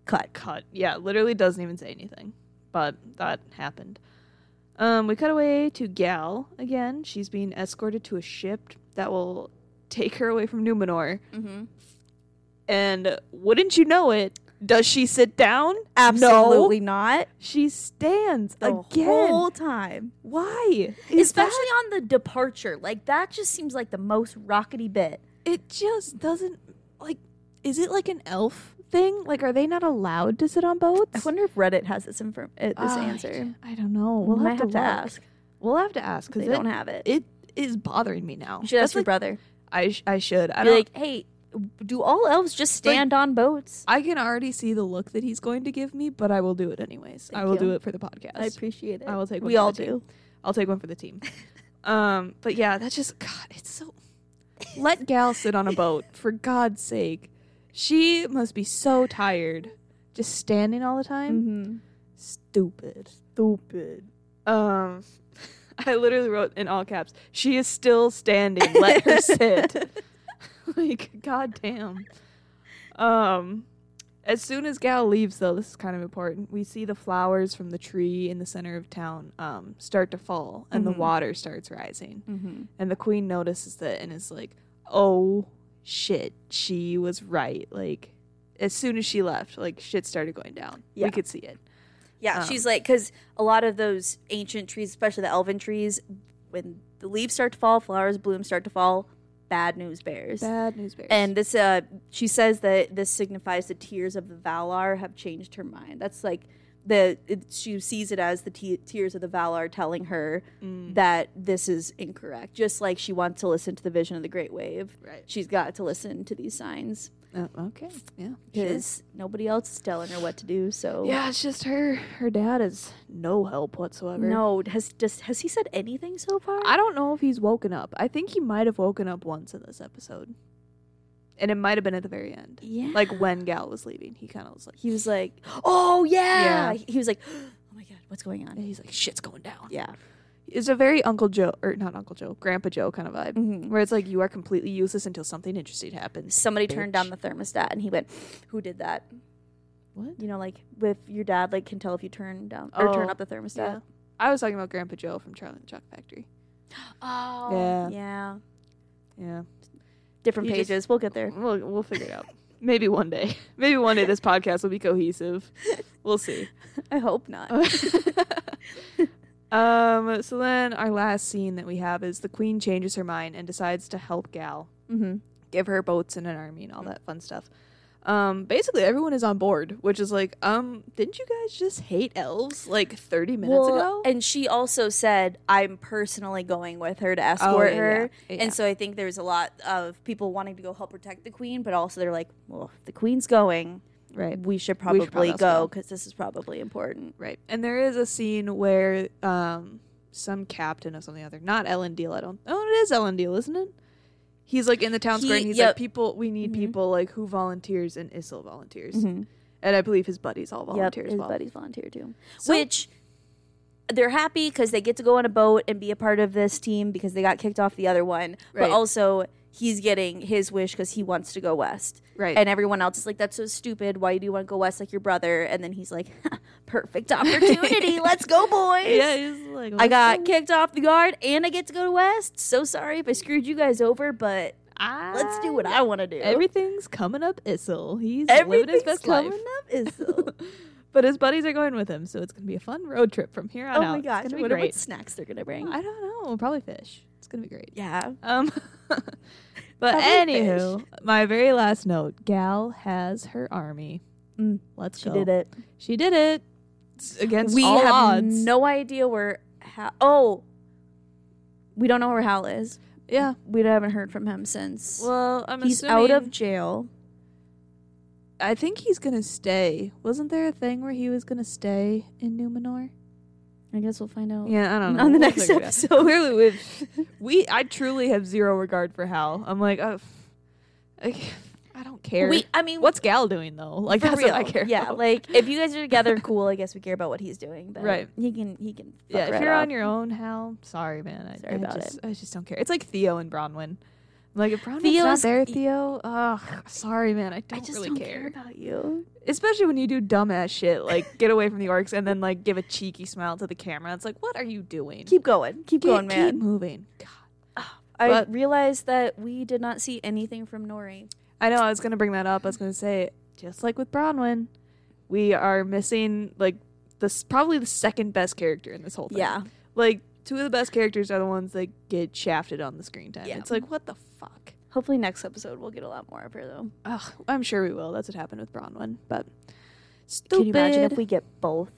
Speaker 1: Cut.
Speaker 2: cut. Yeah, literally doesn't even say anything. But that happened. Um, we cut away to Gal again. She's being escorted to a ship that will take her away from Numenor.
Speaker 3: Mm-hmm.
Speaker 2: And wouldn't you know it, does she sit down?
Speaker 1: Absolutely
Speaker 2: No.
Speaker 1: not.
Speaker 2: She stands
Speaker 1: The
Speaker 2: again.
Speaker 1: whole time.
Speaker 2: Why? Is that-
Speaker 1: Especially on the departure. Like that just seems like the most rockety bit.
Speaker 2: it just doesn't like is it like an elf thing? Like are they not allowed to sit on boats?
Speaker 1: I wonder if Reddit has this inform- uh, this
Speaker 2: Ah, I
Speaker 1: answer.
Speaker 2: d- I, don't know. We'll
Speaker 1: Might
Speaker 2: have to, look.
Speaker 1: ask.
Speaker 2: We'll have to ask
Speaker 1: They
Speaker 2: because
Speaker 1: don't
Speaker 2: it,
Speaker 1: have it.
Speaker 2: it is bothering me now.
Speaker 1: You should ask
Speaker 2: That's
Speaker 1: your
Speaker 2: like-
Speaker 1: brother.
Speaker 2: I sh- I should. I
Speaker 1: Be
Speaker 2: don't.
Speaker 1: like, hey, do all elves just
Speaker 2: like-
Speaker 1: stand on boats?
Speaker 2: I can already see the look that he's going to give me, but I will do it anyways. I
Speaker 1: Thank
Speaker 2: will
Speaker 1: you.
Speaker 2: do it for the podcast.
Speaker 1: I appreciate it.
Speaker 2: I will take one
Speaker 1: We
Speaker 2: for
Speaker 1: all
Speaker 2: the
Speaker 1: do.
Speaker 2: team. I'll take one for the team. um, but yeah, that's just God. It's so. Let Gal sit on a boat for God's sake. She must be so tired, just standing all the time.
Speaker 1: Mm-hmm.
Speaker 2: Stupid.
Speaker 1: Stupid.
Speaker 2: Um, I literally wrote in all caps. She is still standing. Let her sit. like goddamn. Um, as soon as Gal leaves, though, this is kind of important. We see the flowers from the tree in the center of town um, start to fall, and
Speaker 1: Mhm.
Speaker 2: the water starts rising.
Speaker 1: Mm-hmm.
Speaker 2: And the queen notices that and is like, "Oh shit, she was right." Like, as soon as she left, like shit started going down.
Speaker 1: Yeah.
Speaker 2: We could see it.
Speaker 1: Yeah,
Speaker 2: Um,
Speaker 1: she's like, because a lot of those ancient trees, especially the elven trees, when the leaves start to fall, flowers bloom start to fall, bad news bears.
Speaker 2: Bad news bears.
Speaker 1: And this, uh, she says that this signifies the tears of the Valar have changed her mind. That's like the it, she sees it as the te- tears of the Valar telling her
Speaker 2: Mm.
Speaker 1: that this is incorrect. Just like she wants to listen to the vision of the Great Wave,
Speaker 2: right.
Speaker 1: she's got to listen to these signs
Speaker 2: Uh, okay. Yeah. sure.
Speaker 1: because nobody else is telling her what to do. So
Speaker 2: Yeah, it's just her. Her dad is no help whatsoever.
Speaker 1: No, has just has he said anything so far?
Speaker 2: I don't know if he's woken up. I think he might have woken up once in this episode, and it might have been at the very end,
Speaker 1: yeah.
Speaker 2: like when Gal was leaving. He kind of was like,
Speaker 1: he was like, "Oh yeah."
Speaker 2: Yeah.
Speaker 1: He was like, "Oh my god, what's going on?"
Speaker 2: he's like, shit's going down.
Speaker 1: Yeah.
Speaker 2: It's a very Uncle Joe or not Uncle Joe, Grandpa Joe kind of vibe,
Speaker 1: Mhm.
Speaker 2: where it's like you are completely useless until something interesting happens.
Speaker 1: Somebody turned down
Speaker 2: Bitch.
Speaker 1: the thermostat and he went, "Who did that?"
Speaker 2: What?
Speaker 1: You know, like with your dad like can tell if you turn down or turn
Speaker 2: Oh,
Speaker 1: up the
Speaker 2: Yeah.
Speaker 1: thermostat.
Speaker 2: I was talking about Grandpa Joe from Charlie and the Chocolate Factory.
Speaker 3: Oh.
Speaker 1: Yeah.
Speaker 2: Yeah. Yeah.
Speaker 1: Different
Speaker 2: You just-
Speaker 1: pages. we'll get there.
Speaker 2: We'll we'll figure it out. Maybe one day. Maybe one day this podcast will be cohesive. We'll see.
Speaker 1: I hope not. Mm-hmm.
Speaker 2: um, so then our last scene that we have is the queen changes her mind and decides to help Gal,
Speaker 1: mm-hmm.
Speaker 2: give her boats and an army and all that fun stuff. Um, basically everyone is on board, which is like, um, didn't you guys just hate elves like 30 minutes ago?
Speaker 1: And she also said, I'm personally going with her to escort
Speaker 2: Oh, yeah,
Speaker 1: her.
Speaker 2: yeah, yeah.
Speaker 1: And so I think there's a lot of people wanting to go help protect the queen, but also they're like, well, if the queen's going,
Speaker 2: right.
Speaker 1: we should
Speaker 2: probably
Speaker 1: probably, go
Speaker 2: go.
Speaker 1: because this is probably important.
Speaker 2: Right. And there is a scene where um some captain of something other, not Ellen Deal, I don't Oh, it is Ellen Deal, isn't it? He's like in the town square
Speaker 1: He-
Speaker 2: and he's
Speaker 1: yep.
Speaker 2: like people we need
Speaker 1: Mhm.
Speaker 2: people like who volunteers and Isil volunteers.
Speaker 1: Mhm.
Speaker 2: And I believe his buddies all
Speaker 1: Yep,
Speaker 2: volunteer as
Speaker 1: his
Speaker 2: well.
Speaker 1: buddies volunteer too.
Speaker 2: So-
Speaker 1: Which they're happy because they get to go on a boat and be a part of this team because they got kicked off the other one. But
Speaker 2: Right.
Speaker 1: also, he's getting his wish because he wants to go west.
Speaker 2: Right.
Speaker 1: and everyone else is like, "That's so stupid. Why do you want to go west like your brother?" And then he's like, "Perfect opportunity. Let's go, boys."
Speaker 2: yeah, he's like
Speaker 1: I got
Speaker 2: "Let's
Speaker 1: kicked off the guard, and I get to go to West. So sorry if I screwed you guys over, but
Speaker 2: I-
Speaker 1: let's do what I want to do.
Speaker 2: Uh, Everything's coming up Isil. He's living his
Speaker 1: Everything's
Speaker 2: best
Speaker 1: coming
Speaker 2: life.
Speaker 1: up is. oh
Speaker 2: But his buddies are going with him, so it's gonna be a fun road trip from here on out.
Speaker 1: Oh my
Speaker 2: It's
Speaker 1: gosh!
Speaker 2: gonna
Speaker 1: I
Speaker 2: be
Speaker 1: wonder
Speaker 2: great.
Speaker 1: what snacks they're gonna bring.
Speaker 2: I don't know. Probably fish. It's gonna be great.
Speaker 1: yeah,
Speaker 2: Um, but
Speaker 1: Probably
Speaker 2: anywho, my very last note: Gal has her army.
Speaker 1: Mm,
Speaker 2: Let's
Speaker 1: she
Speaker 2: go.
Speaker 1: did it.
Speaker 2: She did it It's against
Speaker 1: we
Speaker 2: all
Speaker 1: have
Speaker 2: odds.
Speaker 1: no idea where. Hal- oh, we don't know where Hal is.
Speaker 2: yeah.
Speaker 1: We haven't heard from him since.
Speaker 2: Well, I'm
Speaker 1: he's out of jail.
Speaker 2: I think he's gonna stay. Wasn't there a thing where he was gonna stay in Numenor?
Speaker 1: I guess we'll find out.
Speaker 2: Yeah, I don't know.
Speaker 1: On the
Speaker 2: We'll
Speaker 1: next
Speaker 2: figure it out.
Speaker 1: episode.
Speaker 2: Clearly, with we, I truly have zero regard for Hal. I'm like, oh, I, I don't care.
Speaker 1: We, I mean,
Speaker 2: What's Gal doing though? Like
Speaker 1: for
Speaker 2: that's
Speaker 1: real.
Speaker 2: what I care.
Speaker 1: Yeah,
Speaker 2: about.
Speaker 1: like if you guys are together, cool. I guess we care about what he's doing, but
Speaker 2: Right.
Speaker 1: He can, he can. Fuck
Speaker 2: Yeah, if
Speaker 1: right
Speaker 2: you're
Speaker 1: off.
Speaker 2: on your own, Hal, sorry, man. I,
Speaker 1: Sorry
Speaker 2: I
Speaker 1: about
Speaker 2: just, I just don't care. It's like Theo and Bronwyn. I'm like if Bronwyn's
Speaker 1: Theo's-
Speaker 2: not there, Theo. Ugh, sorry, man. I
Speaker 1: I
Speaker 2: don't
Speaker 1: e just
Speaker 2: really
Speaker 1: don't
Speaker 2: care.
Speaker 1: about you.
Speaker 2: Especially when you do dumbass shit like get away from the orcs and then like give a cheeky smile to the camera. It's like, what are you doing?
Speaker 1: Keep going, keep
Speaker 2: Get-
Speaker 1: going,
Speaker 2: Keep
Speaker 1: man.
Speaker 2: moving. God.
Speaker 1: I
Speaker 2: But-
Speaker 1: realized that we did not see anything from Nori.
Speaker 2: I know I was gonna bring that up. I was gonna say just like with Bronwyn, we are missing like this probably the second best character in this whole thing.
Speaker 1: Yeah.
Speaker 2: like two of the best characters are the ones that get shafted on the screen time.
Speaker 1: Yeah.
Speaker 2: It's like what the fuck.
Speaker 1: Hopefully next episode we'll get a lot more of her though.
Speaker 2: Ugh, I'm sure we will. That's what happened with Bronwyn, but stupid.
Speaker 1: Can you imagine if we get both?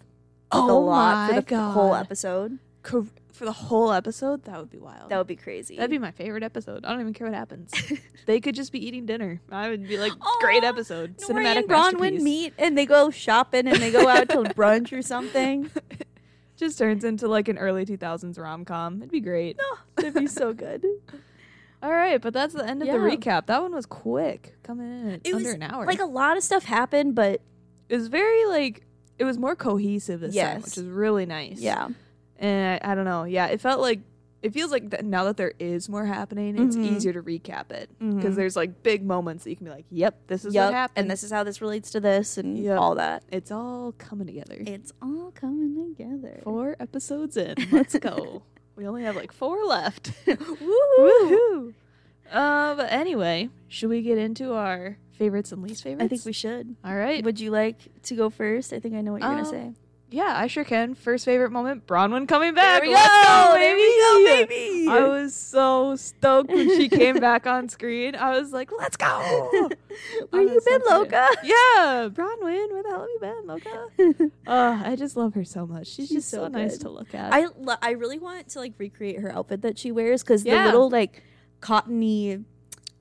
Speaker 2: oh
Speaker 1: the lot for
Speaker 2: my
Speaker 1: the f- whole
Speaker 2: God.
Speaker 1: episode.
Speaker 2: Cor- for the whole episode? That would be wild.
Speaker 1: That would be crazy.
Speaker 2: That'd be my favorite episode. I don't even care what happens. they could just be eating dinner. I would be like, great
Speaker 1: Aw,
Speaker 2: episode.
Speaker 1: Nori
Speaker 2: Cinematic
Speaker 1: and Bronwyn
Speaker 2: masterpiece.
Speaker 1: meet and they go shopping and they go out to brunch or something.
Speaker 2: Just turns into like an early 2000s rom com. It'd be great.
Speaker 1: That'd be so good.
Speaker 2: All right, but that's the end of
Speaker 1: Yeah.
Speaker 2: the recap. That one was quick. Coming in at
Speaker 1: It
Speaker 2: under
Speaker 1: was
Speaker 2: an hour.
Speaker 1: Like a lot of stuff happened, but
Speaker 2: it was very like, it was more cohesive this time,
Speaker 1: Yes.
Speaker 2: which is really nice.
Speaker 1: yeah,
Speaker 2: And I, I don't know. Yeah, it felt like, it feels like that now that there is more happening, it's
Speaker 1: Mhm.
Speaker 2: easier to recap it. Because there's like big moments that you can be like, yep, this is
Speaker 1: Mm-hmm. Yup,
Speaker 2: what happened.
Speaker 1: and this is how this relates to this and
Speaker 2: Yep.
Speaker 1: all that.
Speaker 2: It's all coming together.
Speaker 1: It's all coming together.
Speaker 2: Four episodes in. Let's go. we only have like four left.
Speaker 1: Woo!
Speaker 2: Woohoo! Uh, but anyway, should we get into our favorites and least favorites?
Speaker 1: I think we should.
Speaker 2: All right.
Speaker 1: Would you like to go first? I think I know what you're
Speaker 2: Um,
Speaker 1: gonna say.
Speaker 2: yeah, I sure can. First favorite moment: Bronwyn coming back.
Speaker 1: There we
Speaker 2: Let's
Speaker 1: go,
Speaker 2: go,
Speaker 1: there
Speaker 2: baby!
Speaker 1: we go, baby.
Speaker 2: I was so stoked when she came back on screen. I was like, "Let's go!"
Speaker 1: Where you
Speaker 2: was so
Speaker 1: been,
Speaker 2: excited.
Speaker 1: Loca?
Speaker 2: yeah, Bronwyn, where the hell have you been, Loca? Uh, I just love her so much. She's,
Speaker 1: She's
Speaker 2: just so,
Speaker 1: so
Speaker 2: nice
Speaker 1: good.
Speaker 2: to look at.
Speaker 1: I lo- I really want to like recreate her outfit that she wears because
Speaker 2: Yeah.
Speaker 1: the little like cottony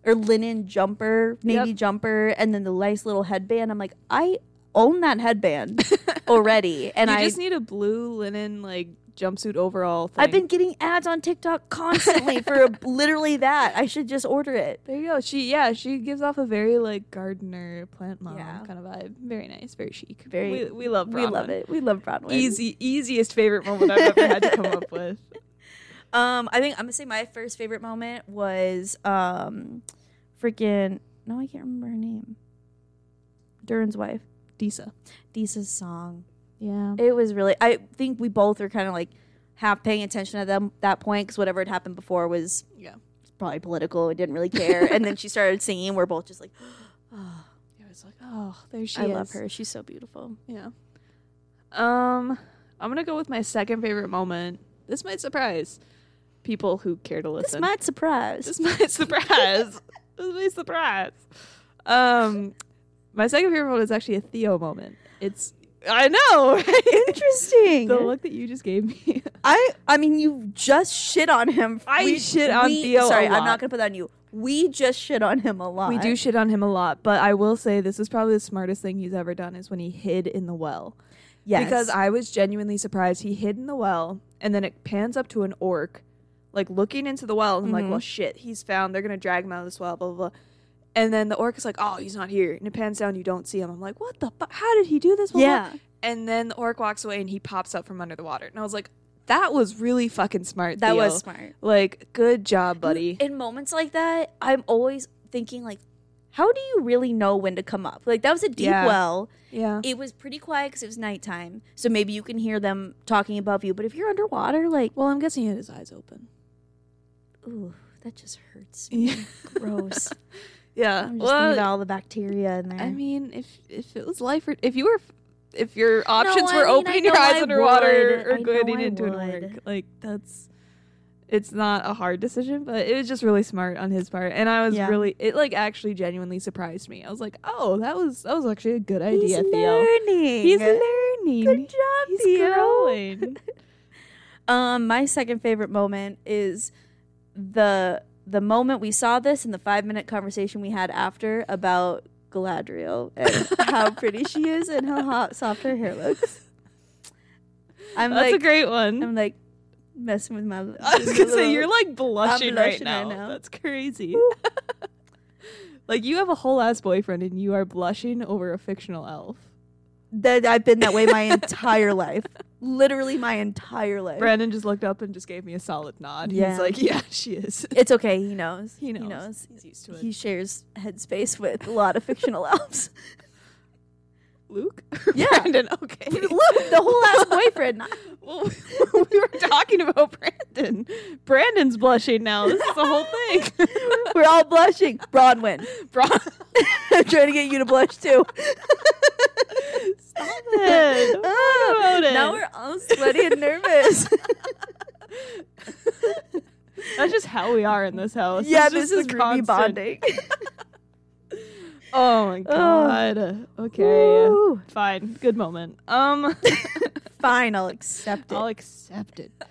Speaker 1: or linen jumper, navy
Speaker 2: Yep.
Speaker 1: jumper, and then the nice little headband. I'm like, I own that headband already, and
Speaker 2: you
Speaker 1: I
Speaker 2: just need a blue linen like jumpsuit overall. Thing.
Speaker 1: I've been getting ads on TikTok constantly for literally that. I should just order it.
Speaker 2: There you go. She yeah, she gives off a very like gardener plant mom
Speaker 1: Yeah.
Speaker 2: kind of vibe. Very nice, very chic.
Speaker 1: Very-
Speaker 2: we, we love
Speaker 1: We love
Speaker 2: Bronwyn.
Speaker 1: it. We love Broadway.
Speaker 2: Easy easiest favorite moment I've ever had to come up with.
Speaker 1: Um, I think I'm gonna say my first favorite moment was um, freaking no, I can't remember her name. Duran's wife,
Speaker 2: Disa.
Speaker 1: Deesa's song.
Speaker 2: Yeah.
Speaker 1: It was really. I think we both were kind of like half paying attention at them that point because whatever had happened before was
Speaker 2: Yeah.
Speaker 1: probably political. We didn't really care, and then she started singing. We're both just like, oh,
Speaker 2: It was like, oh, there she
Speaker 1: I
Speaker 2: is.
Speaker 1: love her. She's so beautiful.
Speaker 2: Yeah. Um, I'm gonna go with my second favorite moment. This might surprise people who care to
Speaker 1: This
Speaker 2: listen.
Speaker 1: might surprise.
Speaker 2: This is my surprise. this is my surprise. Um, my second favorite moment is actually a Theo moment. It's I know right?
Speaker 1: Interesting.
Speaker 2: the look that you just gave me.
Speaker 1: I I mean, you just shit on him.
Speaker 2: I shit on Theo a
Speaker 1: Sorry,
Speaker 2: lot.
Speaker 1: I'm not gonna put that on you. We just shit on him a lot.
Speaker 2: We do shit on him a lot, but I will say this is probably the smartest thing he's ever done is when he hid in the well.
Speaker 1: yes.
Speaker 2: Because I was genuinely surprised he hid in the well, and then it pans up to an orc, like looking into the well. And I'm like,
Speaker 1: Mhm.
Speaker 2: well, shit, he's found. They're gonna drag him out of this well, blah blah. blah. And then the orc is like, oh, he's not here. And it pans down, you don't see him. I'm like, what the fuck? How did he do this? Blah, blah,
Speaker 1: yeah.
Speaker 2: And then the orc walks away and he pops up from under the water. And I was like, that was really fucking smart.
Speaker 1: That
Speaker 2: Theo.
Speaker 1: was smart.
Speaker 2: Like, good job, buddy.
Speaker 1: In moments like that, I'm always thinking like, how do you really know when to come up? Like that was a deep
Speaker 2: Yeah.
Speaker 1: well.
Speaker 2: yeah.
Speaker 1: It was pretty quiet because it was nighttime, so maybe you can hear them talking above you. But if you're underwater, like,
Speaker 2: Well, I'm guessing he had his eyes open.
Speaker 1: ooh, that just hurts.
Speaker 2: Yeah.
Speaker 1: Gross.
Speaker 2: yeah.
Speaker 1: I'm just
Speaker 2: Well,
Speaker 1: thinking about all the bacteria in there.
Speaker 2: I mean, if if it was life or if you were if your options
Speaker 1: I
Speaker 2: were
Speaker 1: mean, I
Speaker 2: opening your
Speaker 1: know
Speaker 2: eyes
Speaker 1: I
Speaker 2: underwater
Speaker 1: would.
Speaker 2: or
Speaker 1: I know
Speaker 2: going
Speaker 1: I
Speaker 2: into an
Speaker 1: would.
Speaker 2: orc, like that's it's not a hard decision, but it was just really smart on his part, and I was
Speaker 1: Yeah.
Speaker 2: really it like actually genuinely surprised me. I was like, oh, that was that was actually a good
Speaker 1: he's
Speaker 2: idea, Theo.
Speaker 1: learning.
Speaker 2: He's learning.
Speaker 1: Good job,
Speaker 2: He's
Speaker 1: Theo.
Speaker 2: growing.
Speaker 1: Um, my second favorite moment is the the moment we saw this and the five minute conversation we had after about Galadriel and how pretty she is and how hot soft her hair looks. I'm
Speaker 2: That's a
Speaker 1: like,
Speaker 2: great one.
Speaker 1: I'm like messing with my.
Speaker 2: I was gonna say you're like blushing,
Speaker 1: blushing
Speaker 2: right,
Speaker 1: right
Speaker 2: now.
Speaker 1: now.
Speaker 2: That's crazy. like you have a whole ass boyfriend and you are blushing over a fictional elf.
Speaker 1: that I've been that way my entire life, literally my entire life.
Speaker 2: Brandon just looked up and just gave me a solid nod.
Speaker 1: Eh. Yeah.
Speaker 2: He's like, "Yeah, she is."
Speaker 1: It's okay. He knows.
Speaker 2: He knows.
Speaker 1: He knows.
Speaker 2: He's used to it.
Speaker 1: He shares headspace with a lot of fictional elves.
Speaker 2: Luke?
Speaker 1: Yeah.
Speaker 2: Brandon, okay.
Speaker 1: Look, the whole ass boyfriend.
Speaker 2: Well, we were talking about Brandon. Brandon's blushing now. This is the whole thing.
Speaker 1: We're all blushing. Bronwyn.
Speaker 2: Bro-
Speaker 1: I'm trying to get you to blush too. Ah,
Speaker 2: Stop it. Don't worry about it.
Speaker 1: Now we're all sweaty and nervous.
Speaker 2: That's just how we are in this house.
Speaker 1: yeah,
Speaker 2: It's just
Speaker 1: this is
Speaker 2: the
Speaker 1: Ruby
Speaker 2: constant-
Speaker 1: bonding.
Speaker 2: Oh my god. Okay.
Speaker 1: Woo.
Speaker 2: Fine. Good moment. Um
Speaker 1: Fine, I'll accept it.
Speaker 2: I'll accept it.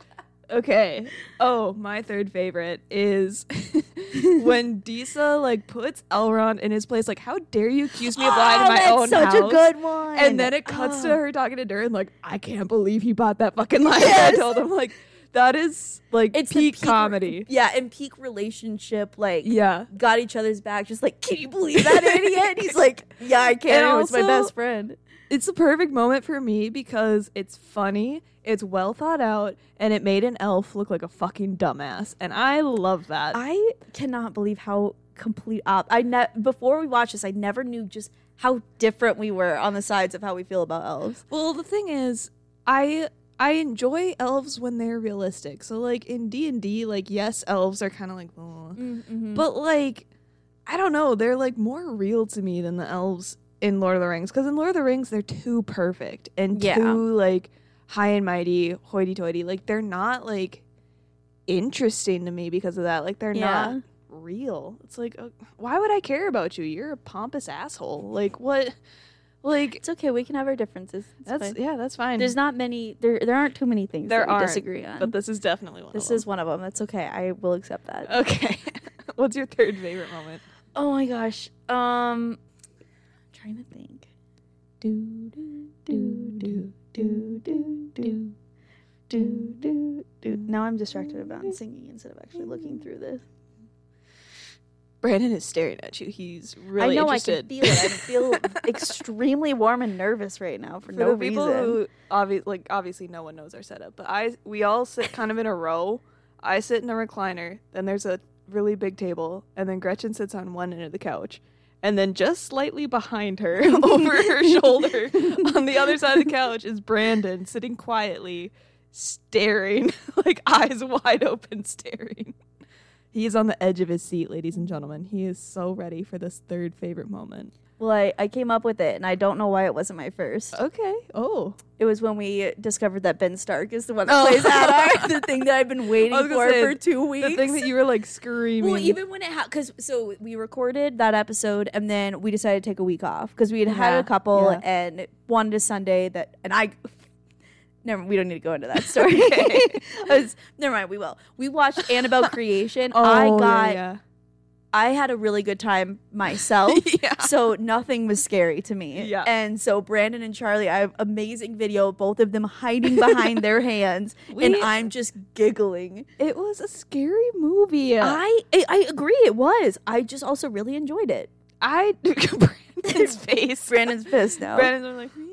Speaker 2: Okay. Oh, my third favorite is when Disa like puts Elrond in his place. Like, how dare you accuse me of lying
Speaker 1: Oh,
Speaker 2: in my
Speaker 1: that's
Speaker 2: own
Speaker 1: such a
Speaker 2: house?
Speaker 1: good one.
Speaker 2: and then it cuts to
Speaker 1: Oh.
Speaker 2: her talking to Durin, like, I can't believe he bought that fucking lie.
Speaker 1: Yes.
Speaker 2: I told him like that is like
Speaker 1: It's the
Speaker 2: peak,
Speaker 1: peak re-
Speaker 2: comedy.
Speaker 1: Yeah, and peak relationship, like
Speaker 2: yeah.
Speaker 1: got each other's back, just like, can you believe that idiot? And he's like, yeah, I can.
Speaker 2: And
Speaker 1: it was my
Speaker 2: also-
Speaker 1: best friend.
Speaker 2: It's the perfect moment for me because it's funny, it's well thought out, and it made an elf look like a fucking dumbass. And I love that.
Speaker 1: I cannot believe how complete op. I ne- before we watched this, I never knew just how different we were on the sides of how we feel about elves.
Speaker 2: Well, the thing is, I I enjoy elves when they're realistic. So like in D and D, like yes, elves are kind of like, "Ugh."
Speaker 1: Mm-hmm. Mm.
Speaker 2: but like I don't know, they're like more real to me than the elves in Lord of the Rings. Because in Lord of the Rings, they're too perfect and
Speaker 1: Yeah.
Speaker 2: too like high and mighty, hoity-toity. Like they're not like interesting to me because of that. Like they're
Speaker 1: Yeah.
Speaker 2: not real. It's like, uh, why would I care about you? You're a pompous asshole. Like what? Like
Speaker 1: It's okay. We can have our differences. It's
Speaker 2: that's
Speaker 1: fine.
Speaker 2: yeah, that's fine.
Speaker 1: There's not many. There there aren't too many things
Speaker 2: There
Speaker 1: that we
Speaker 2: aren't,
Speaker 1: disagree on.
Speaker 2: But this is definitely one.
Speaker 1: this
Speaker 2: of
Speaker 1: is one of them. That's okay. I will accept that.
Speaker 2: them. okay. What's your third favorite moment?
Speaker 1: Oh my gosh. Um, trying to think. Do do do do do do do do do. Now I'm distracted about singing instead of actually looking through this.
Speaker 2: Brandon is staring at you. He's really
Speaker 1: I know
Speaker 2: interested.
Speaker 1: I can feel it. I feel extremely warm and nervous right now for,
Speaker 2: For
Speaker 1: no
Speaker 2: the people
Speaker 1: reason.
Speaker 2: who obvi- like obviously no one knows our setup, but I we all sit kind of in a row. I sit in a recliner, then there's a really big table, and then Gretchen sits on one end of the couch. And then just slightly behind her, over her shoulder, on the other side of the couch is Brandon sitting quietly, staring, like eyes wide open, staring. He is on the edge of his seat, ladies and gentlemen. He is so ready for this third favorite moment.
Speaker 1: well, I, I came up with it, and I don't know why it wasn't my first.
Speaker 2: Okay. Oh.
Speaker 1: It was when we discovered that Ben Stark is the one that
Speaker 2: Oh.
Speaker 1: plays Adar, the thing that I've been waiting
Speaker 2: I was gonna
Speaker 1: for
Speaker 2: say,
Speaker 1: for two weeks.
Speaker 2: The thing that you were like screaming.
Speaker 1: Well, even when it because so we recorded that episode and then we decided to take a week off because we had had
Speaker 2: Yeah,
Speaker 1: a couple
Speaker 2: yeah.
Speaker 1: and wanted a Sunday that and I. Never, we don't need to go into that story.
Speaker 2: Okay.
Speaker 1: I was- never mind, we will. We watched Annabelle Creation.
Speaker 2: oh,
Speaker 1: I got,
Speaker 2: yeah.
Speaker 1: I had a really good time myself.
Speaker 2: yeah.
Speaker 1: So nothing was scary to me.
Speaker 2: Yeah.
Speaker 1: And so Brandon and Charlie, I have amazing video, of both of them hiding behind their hands, and
Speaker 2: We-
Speaker 1: I'm just giggling.
Speaker 2: It was a scary movie.
Speaker 1: I, I I agree it was. I just also really enjoyed it.
Speaker 2: I Brandon's face.
Speaker 1: Brandon's pissed now.
Speaker 2: Brandon's were like. "Hmm."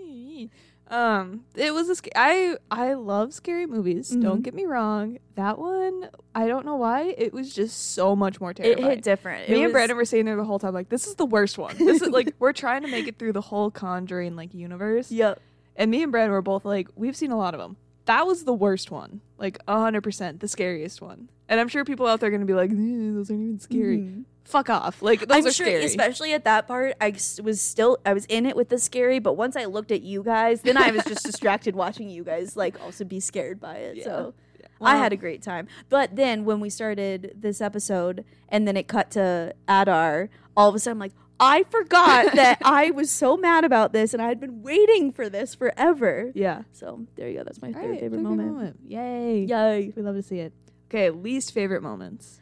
Speaker 2: Um, it was a sc- I I love scary movies. Don't
Speaker 1: Mhm.
Speaker 2: get me wrong. That one, I don't know why it was just so much more
Speaker 1: it
Speaker 2: terrifying.
Speaker 1: hit different.
Speaker 2: me
Speaker 1: it
Speaker 2: and
Speaker 1: was-
Speaker 2: Brandon were sitting there the whole time, like this is the worst one. This is like we're trying to make it through the whole Conjuring like universe.
Speaker 1: Yep.
Speaker 2: And me and Brad were both like, we've seen a lot of them. That was the worst one, like 100%, the scariest one. And I'm sure people out there are going to be like, "Eh, those aren't even scary.
Speaker 1: Mhm.
Speaker 2: Fuck off. Like, Mm-hmm. those
Speaker 1: I'm
Speaker 2: are
Speaker 1: sure,
Speaker 2: scary.
Speaker 1: especially at that part, I s- was still I was in it with the scary, but once I looked at you guys, then I was just distracted watching you guys like also be scared by it.
Speaker 2: Yeah.
Speaker 1: So
Speaker 2: Well,
Speaker 1: I had a great time. But then when we started this episode and then it cut to Adar, all of a sudden I'm like, I forgot that I was so mad about this and I had been waiting for this forever.
Speaker 2: Yeah.
Speaker 1: So there you go. That's my
Speaker 2: All
Speaker 1: third
Speaker 2: right,
Speaker 1: favorite
Speaker 2: third
Speaker 1: moment.
Speaker 2: Yay.
Speaker 1: Yay.
Speaker 2: We love to see it. Okay, least favorite moments.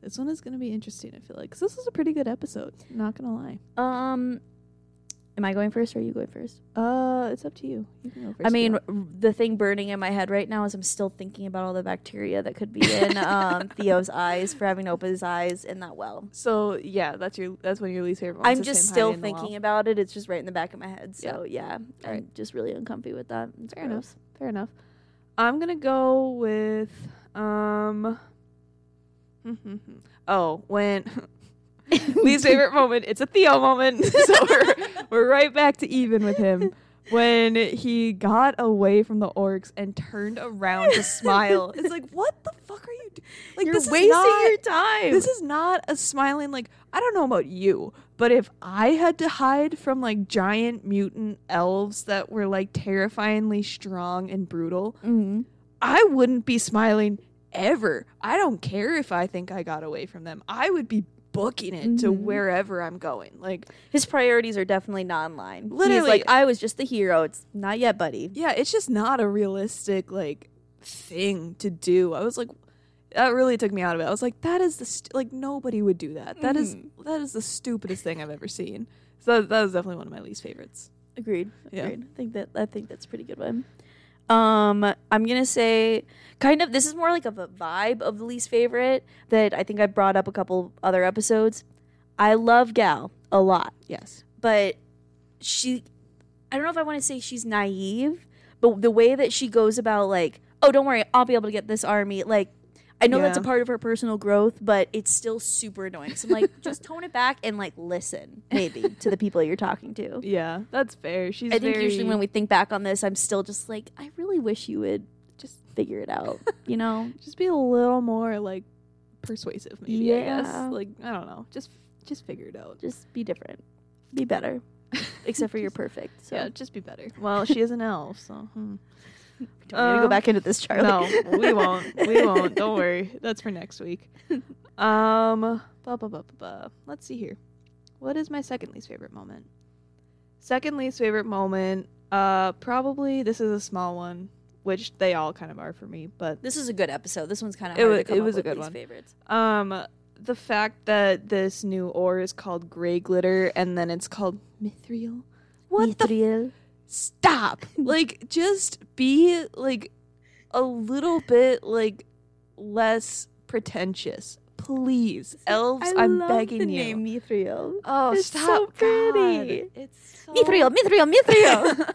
Speaker 2: This one is going to be interesting, I feel like, 'cause this is a pretty good episode. Not going to lie.
Speaker 1: Um, am I going first or are you going first?
Speaker 2: Uh, It's up to you. You can go first.
Speaker 1: I
Speaker 2: if you
Speaker 1: mean,
Speaker 2: want.
Speaker 1: r- the thing burning in my head right now is I'm still thinking about all the bacteria that could be in um, Theo's eyes for having to open his eyes in that well.
Speaker 2: so yeah, that's your that's one of your least favorite moments.
Speaker 1: I'm
Speaker 2: is
Speaker 1: just
Speaker 2: him
Speaker 1: still
Speaker 2: hiding in the well.
Speaker 1: thinking about it. It's just right in the back of my head. So yeah, I'm
Speaker 2: right.
Speaker 1: just really uncomfy with that. It's
Speaker 2: Fair
Speaker 1: gross.
Speaker 2: Fair enough. I'm gonna go with um. oh, when Lee's favorite moment. It's a Theo moment. so we're, we're right back to even with him when he got away from the orcs and turned around to smile. It's like, what the fuck are you doing? Like,
Speaker 1: You're
Speaker 2: this is
Speaker 1: wasting
Speaker 2: not-
Speaker 1: your time.
Speaker 2: This is not a smiling, like, I don't know about you, but if I had to hide from like giant mutant elves that were like terrifyingly strong and brutal,
Speaker 1: Mhm.
Speaker 2: I wouldn't be smiling ever. I don't care if I think I got away from them. I would be booking it to
Speaker 1: Mhm.
Speaker 2: wherever I'm going. Like,
Speaker 1: His priorities are definitely not in line. He's
Speaker 2: Literally.
Speaker 1: like, I was just the hero. It's not yet, buddy.
Speaker 2: yeah, it's just not a realistic like thing to do. I was like that really took me out of it. I was like that is the st- like nobody would do that. That is
Speaker 1: Mm-hmm.
Speaker 2: that is the stupidest thing I've ever seen. So that was definitely one of my least favorites.
Speaker 1: Agreed.
Speaker 2: Yeah.
Speaker 1: Agreed. I think that I think that's a pretty good one. Um, I'm gonna say kind of this is more like of a vibe of the least favorite that I think I brought up a couple other episodes. I love Gal a lot,
Speaker 2: Yes.
Speaker 1: but she I don't know if I want to say she's naive, but the way that she goes about like, oh don't worry, I'll be able to get this army, like I know that's a
Speaker 2: Yeah.
Speaker 1: part of her personal growth, but it's still super annoying. So I'm like, just tone it back and like listen, maybe, to the people you're talking to.
Speaker 2: Yeah, that's fair. She's
Speaker 1: I think
Speaker 2: very-
Speaker 1: usually when we think back on this, I'm still just like, I really wish you would just figure it out, you know?
Speaker 2: just be a little more like persuasive maybe, I
Speaker 1: Yeah.
Speaker 2: guess. Like, I don't know. Just just figure it out.
Speaker 1: Just be different, be better, except for you're perfect. So
Speaker 2: Yeah, just be better. Well, she is an elf, so hmm.
Speaker 1: we don't need to go
Speaker 2: um,
Speaker 1: back into this, Charlie.
Speaker 2: No, we won't. We won't. Don't worry. That's for next week. Um, ba, ba, ba, ba, ba. let's see here. What is my second least favorite moment? Second least favorite moment, uh, probably this is a small one, which they all kind of are for me, but
Speaker 1: This is a good episode. This one's kind of
Speaker 2: It
Speaker 1: hard
Speaker 2: wa-
Speaker 1: to come
Speaker 2: it
Speaker 1: up
Speaker 2: was a
Speaker 1: with
Speaker 2: good
Speaker 1: least
Speaker 2: one.
Speaker 1: favorites.
Speaker 2: um, the fact that this new ore is called gray glitter and then it's called mithril. What the
Speaker 1: Mithril.
Speaker 2: stop like just be like a little bit like less pretentious please elves I am
Speaker 1: love
Speaker 2: begging
Speaker 1: the
Speaker 2: you
Speaker 1: name Mithril.
Speaker 2: oh
Speaker 1: It's so
Speaker 2: stop
Speaker 1: pretty.
Speaker 2: God. it's so
Speaker 1: Mithril, Mithril, Mithril.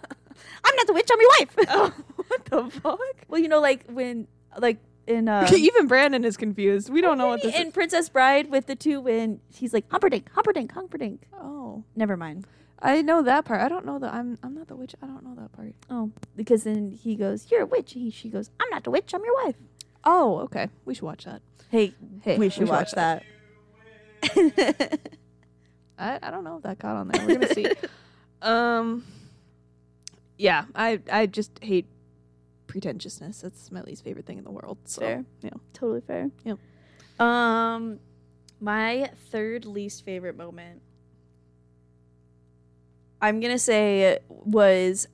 Speaker 1: I'm not the witch. I'm your wife.
Speaker 2: oh what the fuck
Speaker 1: well, you know, like when, like in. Uh,
Speaker 2: even brandon is confused we don't know what this
Speaker 1: in
Speaker 2: is
Speaker 1: Princess Bride with the two when he's like Humperdinck, Humperdinck, Humperdinck.
Speaker 2: oh
Speaker 1: Never mind.
Speaker 2: i know that part i don't know that i'm i'm not the witch i don't know that part
Speaker 1: Oh, because then he goes, "You're a witch." He, she goes, "I'm not a witch. I'm your wife."
Speaker 2: oh okay we should watch that
Speaker 1: Hey,
Speaker 2: hey
Speaker 1: we should watch that.
Speaker 2: I, I don't know if that caught on there. We're gonna see. Um, yeah, I I just hate pretentiousness. It's my least favorite thing in the world. So
Speaker 1: Fair.
Speaker 2: yeah,
Speaker 1: totally fair.
Speaker 2: Yep.
Speaker 1: Um, my third least favorite moment, I'm gonna say, was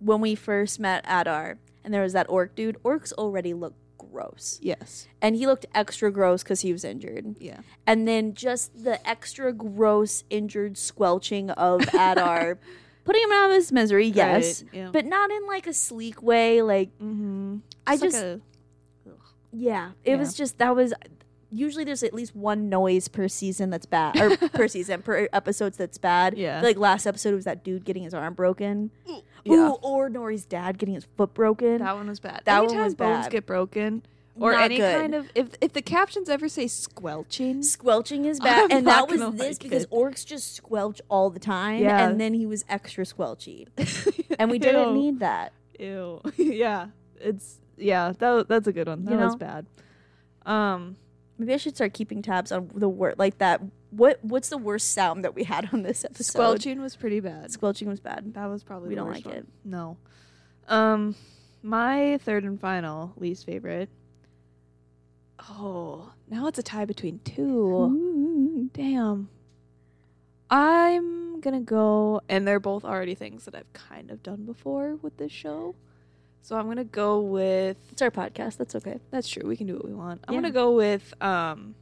Speaker 1: when we first met Adar, and there was that orc dude. Orcs already look gross,
Speaker 2: yes,
Speaker 1: and he looked extra gross because he was injured.
Speaker 2: yeah,
Speaker 1: and then just the extra gross injured squelching of Adar, putting him out of his misery, yes,
Speaker 2: Right, yeah.
Speaker 1: but not in like a sleek way. Like
Speaker 2: Mhm.
Speaker 1: I
Speaker 2: like
Speaker 1: just,
Speaker 2: a-
Speaker 1: yeah, it was just that was. Usually, there's at least one noise per season that's bad, or per season per episodes that's bad.
Speaker 2: Yeah.
Speaker 1: like last episode was that dude getting his arm broken.
Speaker 2: yeah.
Speaker 1: Ooh, or Nori's dad getting his foot broken.
Speaker 2: that one was bad.
Speaker 1: That one
Speaker 2: Anytime
Speaker 1: was
Speaker 2: bones
Speaker 1: bad.
Speaker 2: get broken or
Speaker 1: Not
Speaker 2: any
Speaker 1: good.
Speaker 2: kind of if if the captions ever say squelching,
Speaker 1: Squelching is bad,
Speaker 2: I'm
Speaker 1: and that
Speaker 2: not
Speaker 1: was
Speaker 2: gonna
Speaker 1: this
Speaker 2: like
Speaker 1: because
Speaker 2: it.
Speaker 1: orcs just squelch all the time,
Speaker 2: Yeah.
Speaker 1: and then he was extra squelchy, and we didn't
Speaker 2: Ew.
Speaker 1: need that.
Speaker 2: Ew. yeah, it's yeah. That that's a good one. That
Speaker 1: You
Speaker 2: was
Speaker 1: know?
Speaker 2: bad. Um.
Speaker 1: Maybe I should start keeping tabs on the word like that. What what's the worst sound that we had on this episode?
Speaker 2: Squelching was pretty bad.
Speaker 1: Squelching was bad.
Speaker 2: That was probably
Speaker 1: We
Speaker 2: the
Speaker 1: don't
Speaker 2: worst
Speaker 1: like
Speaker 2: one.
Speaker 1: it.
Speaker 2: No. Um, my third and final least favorite. Oh, now it's a tie between
Speaker 1: Hmm.
Speaker 2: two. Damn. I'm gonna go, and they're both already things that I've kind of done before with this show. So I'm gonna go with.
Speaker 1: It's our podcast. That's okay.
Speaker 2: That's true. We can do what we want. I'm
Speaker 1: Yeah.
Speaker 2: gonna go with um.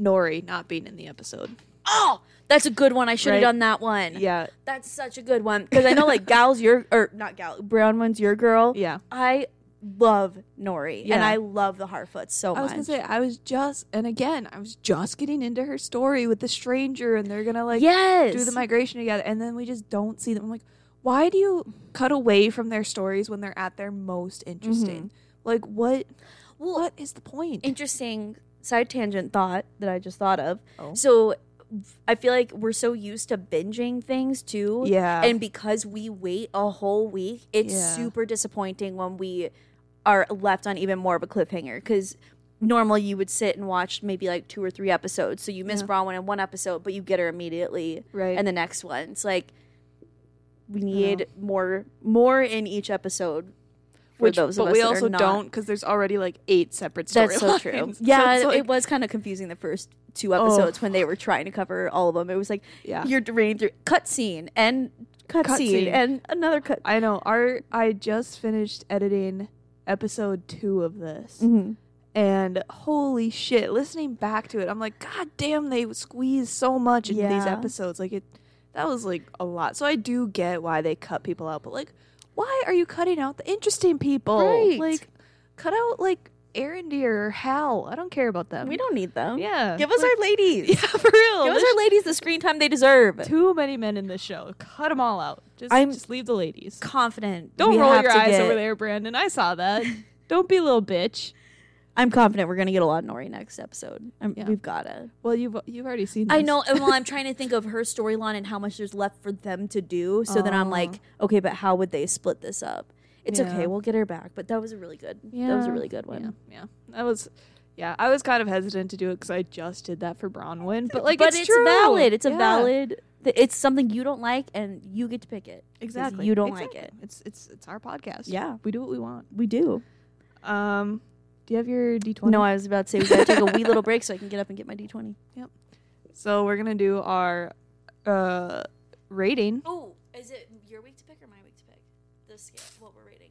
Speaker 2: Nori not being in the episode.
Speaker 1: Oh, that's a good one. I should have
Speaker 2: Right.
Speaker 1: done that one.
Speaker 2: Yeah,
Speaker 1: That's such a good one because I know like Gal's your or not Gal Brown one's your girl.
Speaker 2: yeah.
Speaker 1: I love Nori and
Speaker 2: Yeah.
Speaker 1: I love the Harfoot so
Speaker 2: I was
Speaker 1: much.
Speaker 2: gonna say I was just, and again, I was just getting into her story with the stranger, and they're gonna like
Speaker 1: yes.
Speaker 2: do the migration together, and then we just don't see them. I'm like, why do you cut away from their stories when
Speaker 1: Mm-hmm.
Speaker 2: they're at their most interesting? Like, what? What is the point?
Speaker 1: interesting side tangent thought that I just thought of.
Speaker 2: Oh.
Speaker 1: So I feel like we're so used to binging things too.
Speaker 2: Yeah.
Speaker 1: And because we wait a whole week, it's
Speaker 2: Yeah.
Speaker 1: super disappointing when we are left on even more of a cliffhanger because normally you would sit and watch maybe like two or three episodes. So you miss
Speaker 2: Yeah.
Speaker 1: Bronwyn in one episode, but you get her immediately
Speaker 2: right.
Speaker 1: in the next one. It's like we need more more in each episode for
Speaker 2: Which,
Speaker 1: those of
Speaker 2: but
Speaker 1: us
Speaker 2: we
Speaker 1: that are
Speaker 2: also
Speaker 1: not-
Speaker 2: don't because there's already like eight separate
Speaker 1: That's
Speaker 2: storylines.
Speaker 1: so true. Yeah,
Speaker 2: it's
Speaker 1: it-
Speaker 2: like-
Speaker 1: it was kind of confusing the first two episodes when they were trying to cover all of them. It was like
Speaker 2: yeah.
Speaker 1: you're reading through cut scene and cut,
Speaker 2: Cut
Speaker 1: scene,
Speaker 2: scene.
Speaker 1: and another cut.
Speaker 2: I know. Our I just finished editing episode two of this,
Speaker 1: Mm-hmm.
Speaker 2: and holy shit! Listening back to it, I'm like, God damn, they squeeze so much into these
Speaker 1: Yeah.
Speaker 2: episodes. Like it, that was like a lot. So I do get why they cut people out, but like, why are you cutting out the interesting people?
Speaker 1: Right.
Speaker 2: Like, cut out like Aaron Deer or Hal. I don't care about them.
Speaker 1: We don't need them.
Speaker 2: Yeah.
Speaker 1: give us
Speaker 2: Like-
Speaker 1: our ladies.
Speaker 2: Yeah, for real.
Speaker 1: Give us
Speaker 2: There's
Speaker 1: our ladies the screen time they deserve.
Speaker 2: too many men in this show. Cut them all out. Just,
Speaker 1: I'm-
Speaker 2: just leave the ladies.
Speaker 1: Confident.
Speaker 2: Don't
Speaker 1: we
Speaker 2: roll
Speaker 1: have
Speaker 2: your
Speaker 1: to
Speaker 2: eyes
Speaker 1: get-
Speaker 2: over there, Brandon. I saw that. Don't be a little bitch.
Speaker 1: I'm confident we're gonna get a lot of Nori next episode. I'm,
Speaker 2: Yeah.
Speaker 1: We've gotta.
Speaker 2: Well, you've you've already seen.
Speaker 1: I know. And while I'm trying to think of her storyline and how much there's left for them to do, so then I'm like, okay, but how would they split this up? It's
Speaker 2: Yeah.
Speaker 1: okay. We'll get her back. But that was a really good. That was a
Speaker 2: Yeah.
Speaker 1: really good one.
Speaker 2: Yeah, yeah. I was, yeah, I was kind of hesitant to do it because I just did that for Bronwyn, but like,
Speaker 1: but
Speaker 2: it's,
Speaker 1: it's,
Speaker 2: true.
Speaker 1: valid. It's a
Speaker 2: Yeah.
Speaker 1: valid. th- It's something you don't like, and you get to pick it. 'Cause
Speaker 2: Exactly.
Speaker 1: You don't like it.
Speaker 2: Exactly. It's it's it's our podcast.
Speaker 1: Yeah.
Speaker 2: we do what we want.
Speaker 1: We do.
Speaker 2: Um, do you have your D twenty?
Speaker 1: No, I was about to say we gotta take a wee little break so I can get up and get my D twenty.
Speaker 2: So we're gonna do our uh rating.
Speaker 3: Oh, is it your week to pick or my week to pick? The scale, what we're rating,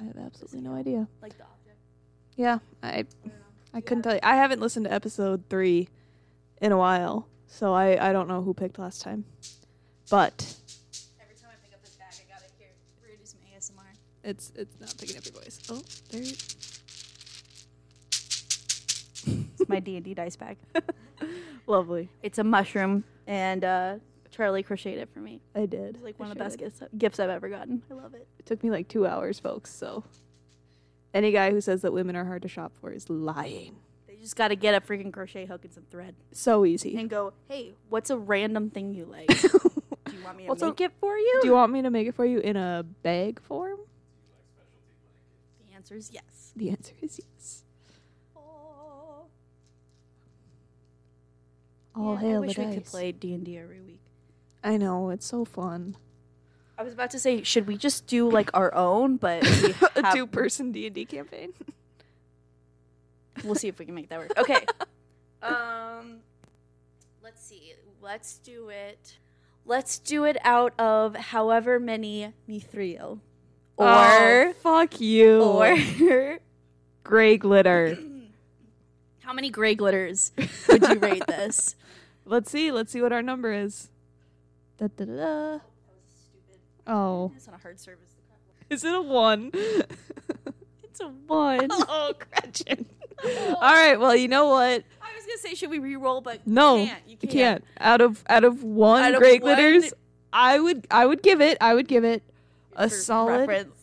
Speaker 2: I have absolutely no idea.
Speaker 3: like the object.
Speaker 2: Yeah, I I couldn't tell you. I haven't listened to episode three in a while, so I I don't know who picked last time. But
Speaker 3: Every time I pick up this bag, I gotta hear We're gonna do some ASMR.
Speaker 2: it's it's not picking up your voice. Oh, there.
Speaker 1: It's my D and D dice bag.
Speaker 2: Lovely.
Speaker 1: It's a mushroom, and uh, Charlie crocheted it for me.
Speaker 2: I did.
Speaker 1: It's like one
Speaker 2: I
Speaker 1: of the best
Speaker 2: should.
Speaker 1: gifts, gifts I've ever gotten. I love it.
Speaker 2: It took me like two hours, folks. So any guy who says that women are hard to shop for is lying.
Speaker 1: They just got to get a freaking crochet hook and some thread,
Speaker 2: So easy.
Speaker 1: and go, "Hey, what's a random thing you like? Do you want me to
Speaker 2: What's a-
Speaker 1: make it for you?"
Speaker 2: Do you want me to make it for you in a bag form?
Speaker 1: the answer is yes.
Speaker 2: The answer is yes. All
Speaker 1: Yeah,
Speaker 2: hail
Speaker 1: I wish
Speaker 2: the
Speaker 1: we could
Speaker 2: dice.
Speaker 1: play D and D every week.
Speaker 2: I know it's so fun.
Speaker 1: I was about to say, should we just do like our own? But we
Speaker 2: a
Speaker 1: have-
Speaker 2: two-person D and D campaign.
Speaker 1: we'll see if we can make that work. Okay. um, let's see. Let's do it. Let's do it out of however many mithril,
Speaker 2: Oh,
Speaker 1: or
Speaker 2: fuck you.
Speaker 1: or
Speaker 2: gray glitter.
Speaker 1: how many gray glitters would you rate this?
Speaker 2: let's see. Let's see what our number is. Da, da, da, da. Oh,
Speaker 1: It's on a hard service.
Speaker 2: is it a one?
Speaker 1: It's a one.
Speaker 2: oh, Gretchen. All right. Well, you know what?
Speaker 1: I was gonna say, should we re-roll? But
Speaker 2: No,
Speaker 1: you can't. You
Speaker 2: You
Speaker 1: can't.
Speaker 2: can't. Out of out of one
Speaker 1: Out of
Speaker 2: gray
Speaker 1: one-
Speaker 2: glitters, I would I would give it I would give it a
Speaker 1: For
Speaker 2: solid.
Speaker 1: reference.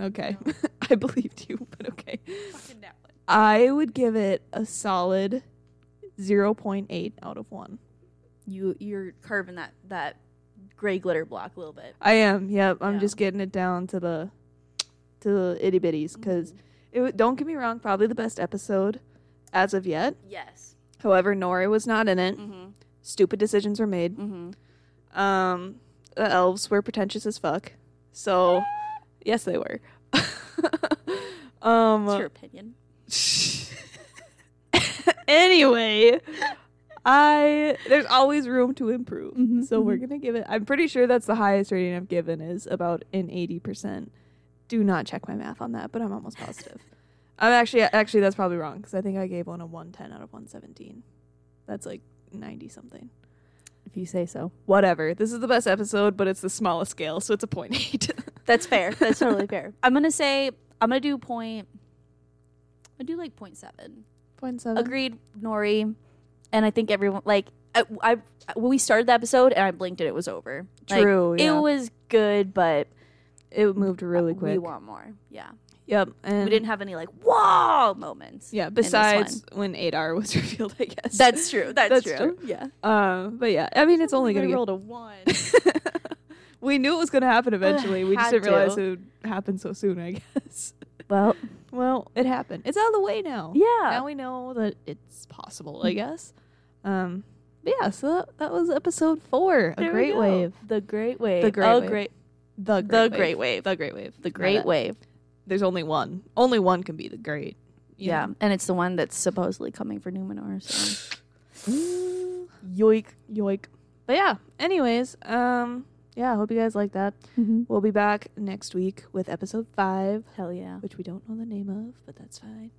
Speaker 2: Okay, I believed you, but okay.
Speaker 1: Fucking that one.
Speaker 2: I would give it a solid zero point eight out of one.
Speaker 1: You you're curving that that gray glitter block a little bit.
Speaker 2: I am. Yep. I'm
Speaker 1: Yeah.
Speaker 2: just getting it down to the to the itty bitties because
Speaker 1: Mm-hmm.
Speaker 2: it wa- don't get me wrong, probably the best episode as of yet.
Speaker 1: Yes.
Speaker 2: However, Nori was not in it.
Speaker 1: Mhm.
Speaker 2: Stupid decisions were made.
Speaker 1: Mhm.
Speaker 2: Um, the elves were pretentious as fuck. So, yes, they were. um,
Speaker 1: What's your opinion?
Speaker 2: anyway, I there's always room to improve. so we're gonna give it. I'm pretty sure that's the highest rating I've given is about an eighty percent. Do not check my math on that, but I'm almost positive. I'm actually actually that's probably wrong because I think I gave one a one ten out of one seventeen. That's like ninety something.
Speaker 1: If you say so.
Speaker 2: Whatever. This is the best episode, but it's the smallest scale, so it's a point eight.
Speaker 1: That's fair. That's totally fair. I'm gonna say I'm gonna do point. I do like point seven.
Speaker 2: point seven.
Speaker 1: Agreed, Nori, and I think everyone like I, I when we started the episode and I blinked and it was over. Like,
Speaker 2: True, yeah.
Speaker 1: It was good, but
Speaker 2: It moved really quick.
Speaker 1: we want more. Yeah.
Speaker 2: Yep. And
Speaker 5: we didn't have any like whoa moments.
Speaker 2: Yeah.
Speaker 5: this one.
Speaker 2: Besides when Adar was revealed, I guess.
Speaker 5: That's true. That's,
Speaker 2: That's
Speaker 5: true. Yeah.
Speaker 2: Um. But yeah, I mean, it's only gonna
Speaker 5: I
Speaker 2: get
Speaker 5: rolled a one.
Speaker 2: we knew it was going to happen eventually. we just
Speaker 5: had
Speaker 2: didn't realize
Speaker 5: to.
Speaker 2: it would happen so soon, I guess.
Speaker 5: well,
Speaker 2: Well, it happened. It's out of the way now.
Speaker 5: yeah.
Speaker 2: Now we know that it's possible, I guess. Um, but yeah, so that, that was episode four. A
Speaker 5: There we
Speaker 2: great
Speaker 5: go.
Speaker 2: wave.
Speaker 5: The great wave.
Speaker 2: The great
Speaker 5: oh,
Speaker 2: wave.
Speaker 5: great.
Speaker 2: The
Speaker 5: The great wave.
Speaker 2: The great wave.
Speaker 5: The
Speaker 2: Now
Speaker 5: great
Speaker 2: that-
Speaker 5: wave.
Speaker 2: There's only one. Only one can be the great. you
Speaker 5: Yeah.
Speaker 2: know.
Speaker 5: And it's the one that's supposedly coming for Numenor. So.
Speaker 2: Mm,
Speaker 5: Yoik.
Speaker 2: Yoik. But yeah, anyways, um, yeah, I hope you guys like that.
Speaker 1: Mm-hmm.
Speaker 2: We'll be back next week with episode five.
Speaker 5: Hell yeah.
Speaker 2: which we don't know the name of, but that's fine.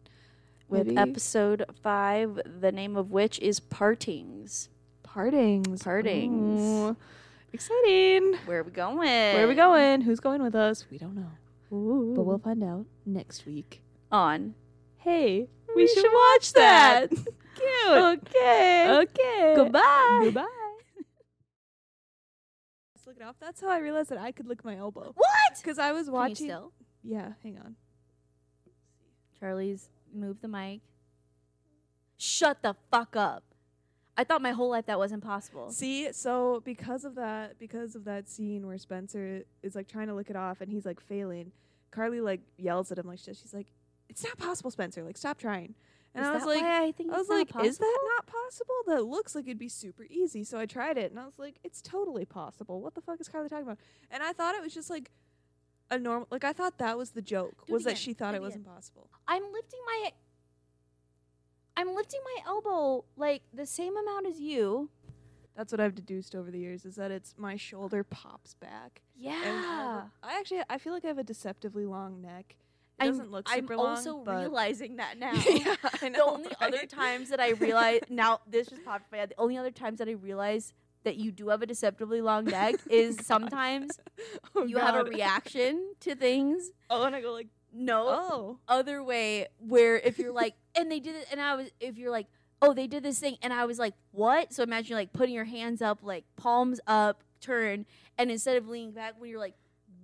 Speaker 5: With
Speaker 2: Maybe
Speaker 5: episode five, the name of which is Partings.
Speaker 2: partings,
Speaker 5: Partings.
Speaker 2: Ooh. exciting.
Speaker 5: Where are we going?
Speaker 2: Where are we going? Who's going with us? We don't know,
Speaker 5: Ooh.
Speaker 2: but we'll find out next week.
Speaker 5: On.
Speaker 2: Hey,
Speaker 5: We should watch that.
Speaker 2: Cute.
Speaker 5: okay.
Speaker 2: Okay.
Speaker 5: Goodbye.
Speaker 2: Goodbye. Let's look it up. That's how I realized that I could lick my elbow
Speaker 5: What?
Speaker 2: because I was
Speaker 1: Can you
Speaker 2: watching.
Speaker 1: still?
Speaker 2: Yeah, hang on.
Speaker 1: Charlie's move the mic. Shut the fuck up. I thought my whole life that wasn't possible.
Speaker 2: See, so because of that, because of that scene where Spencer is like trying to lick it off and he's like failing, Carly like yells at him like she's like, "It's not possible, Spencer! Like stop trying." And
Speaker 1: Is
Speaker 2: I was
Speaker 1: that
Speaker 2: like,
Speaker 1: why I think
Speaker 2: I was
Speaker 1: it's
Speaker 2: like,
Speaker 1: not
Speaker 2: "Is that not possible? That looks like it'd be super easy." So I tried it, and I was like, "It's totally possible. What the fuck is Carly talking about?" And I thought it was just like a normal. Like I thought that was the joke
Speaker 1: it
Speaker 2: was that
Speaker 1: again.
Speaker 2: she thought
Speaker 1: Do
Speaker 2: it
Speaker 1: it
Speaker 2: was
Speaker 1: again.
Speaker 2: impossible.
Speaker 1: I'm lifting my I'm lifting my elbow like the same amount as you.
Speaker 2: That's what I've deduced over the years is that it's my shoulder pops back. and uh,
Speaker 1: Yeah.
Speaker 2: have- I actually I feel like I have a deceptively long neck. It
Speaker 1: I'm-
Speaker 2: doesn't look
Speaker 1: I'm
Speaker 2: super long.
Speaker 1: also
Speaker 2: but-
Speaker 1: realizing that now.
Speaker 2: yeah, I
Speaker 1: the
Speaker 2: know,
Speaker 1: only other
Speaker 2: right?
Speaker 1: times that I realize now this just popped in my head. The only other times that I realize that you do have a deceptively long neck is
Speaker 2: Oh God.
Speaker 1: sometimes
Speaker 2: Oh,
Speaker 1: you have a
Speaker 2: God.
Speaker 1: reaction to things.
Speaker 2: Oh, and I go like,
Speaker 1: No
Speaker 2: oh,
Speaker 1: other way where if you're like and they did it and I was if you're like, oh they did this thing and I was like, what? So imagine you're like putting your hands up, like palms up, turn, and instead of leaning back when you're like,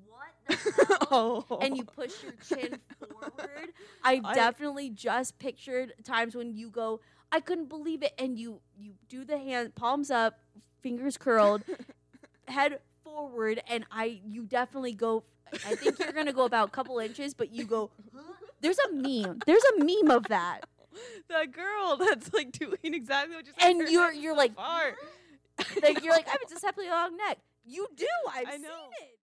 Speaker 1: what the hell?
Speaker 2: oh,
Speaker 1: and you push your chin forward. I've
Speaker 2: I-
Speaker 1: definitely just pictured times when you go, I couldn't believe it, and you you do the hand palms up, fingers curled, head forward, and I you definitely go. I think you're gonna go about a couple inches, but you go. "Huh?" There's a meme. There's a meme of that,
Speaker 2: that girl that's like doing exactly what you said.
Speaker 1: and you're you're like
Speaker 2: far.
Speaker 1: like you're like I have a deceptively long neck. You do. I've
Speaker 2: I know.
Speaker 1: seen it.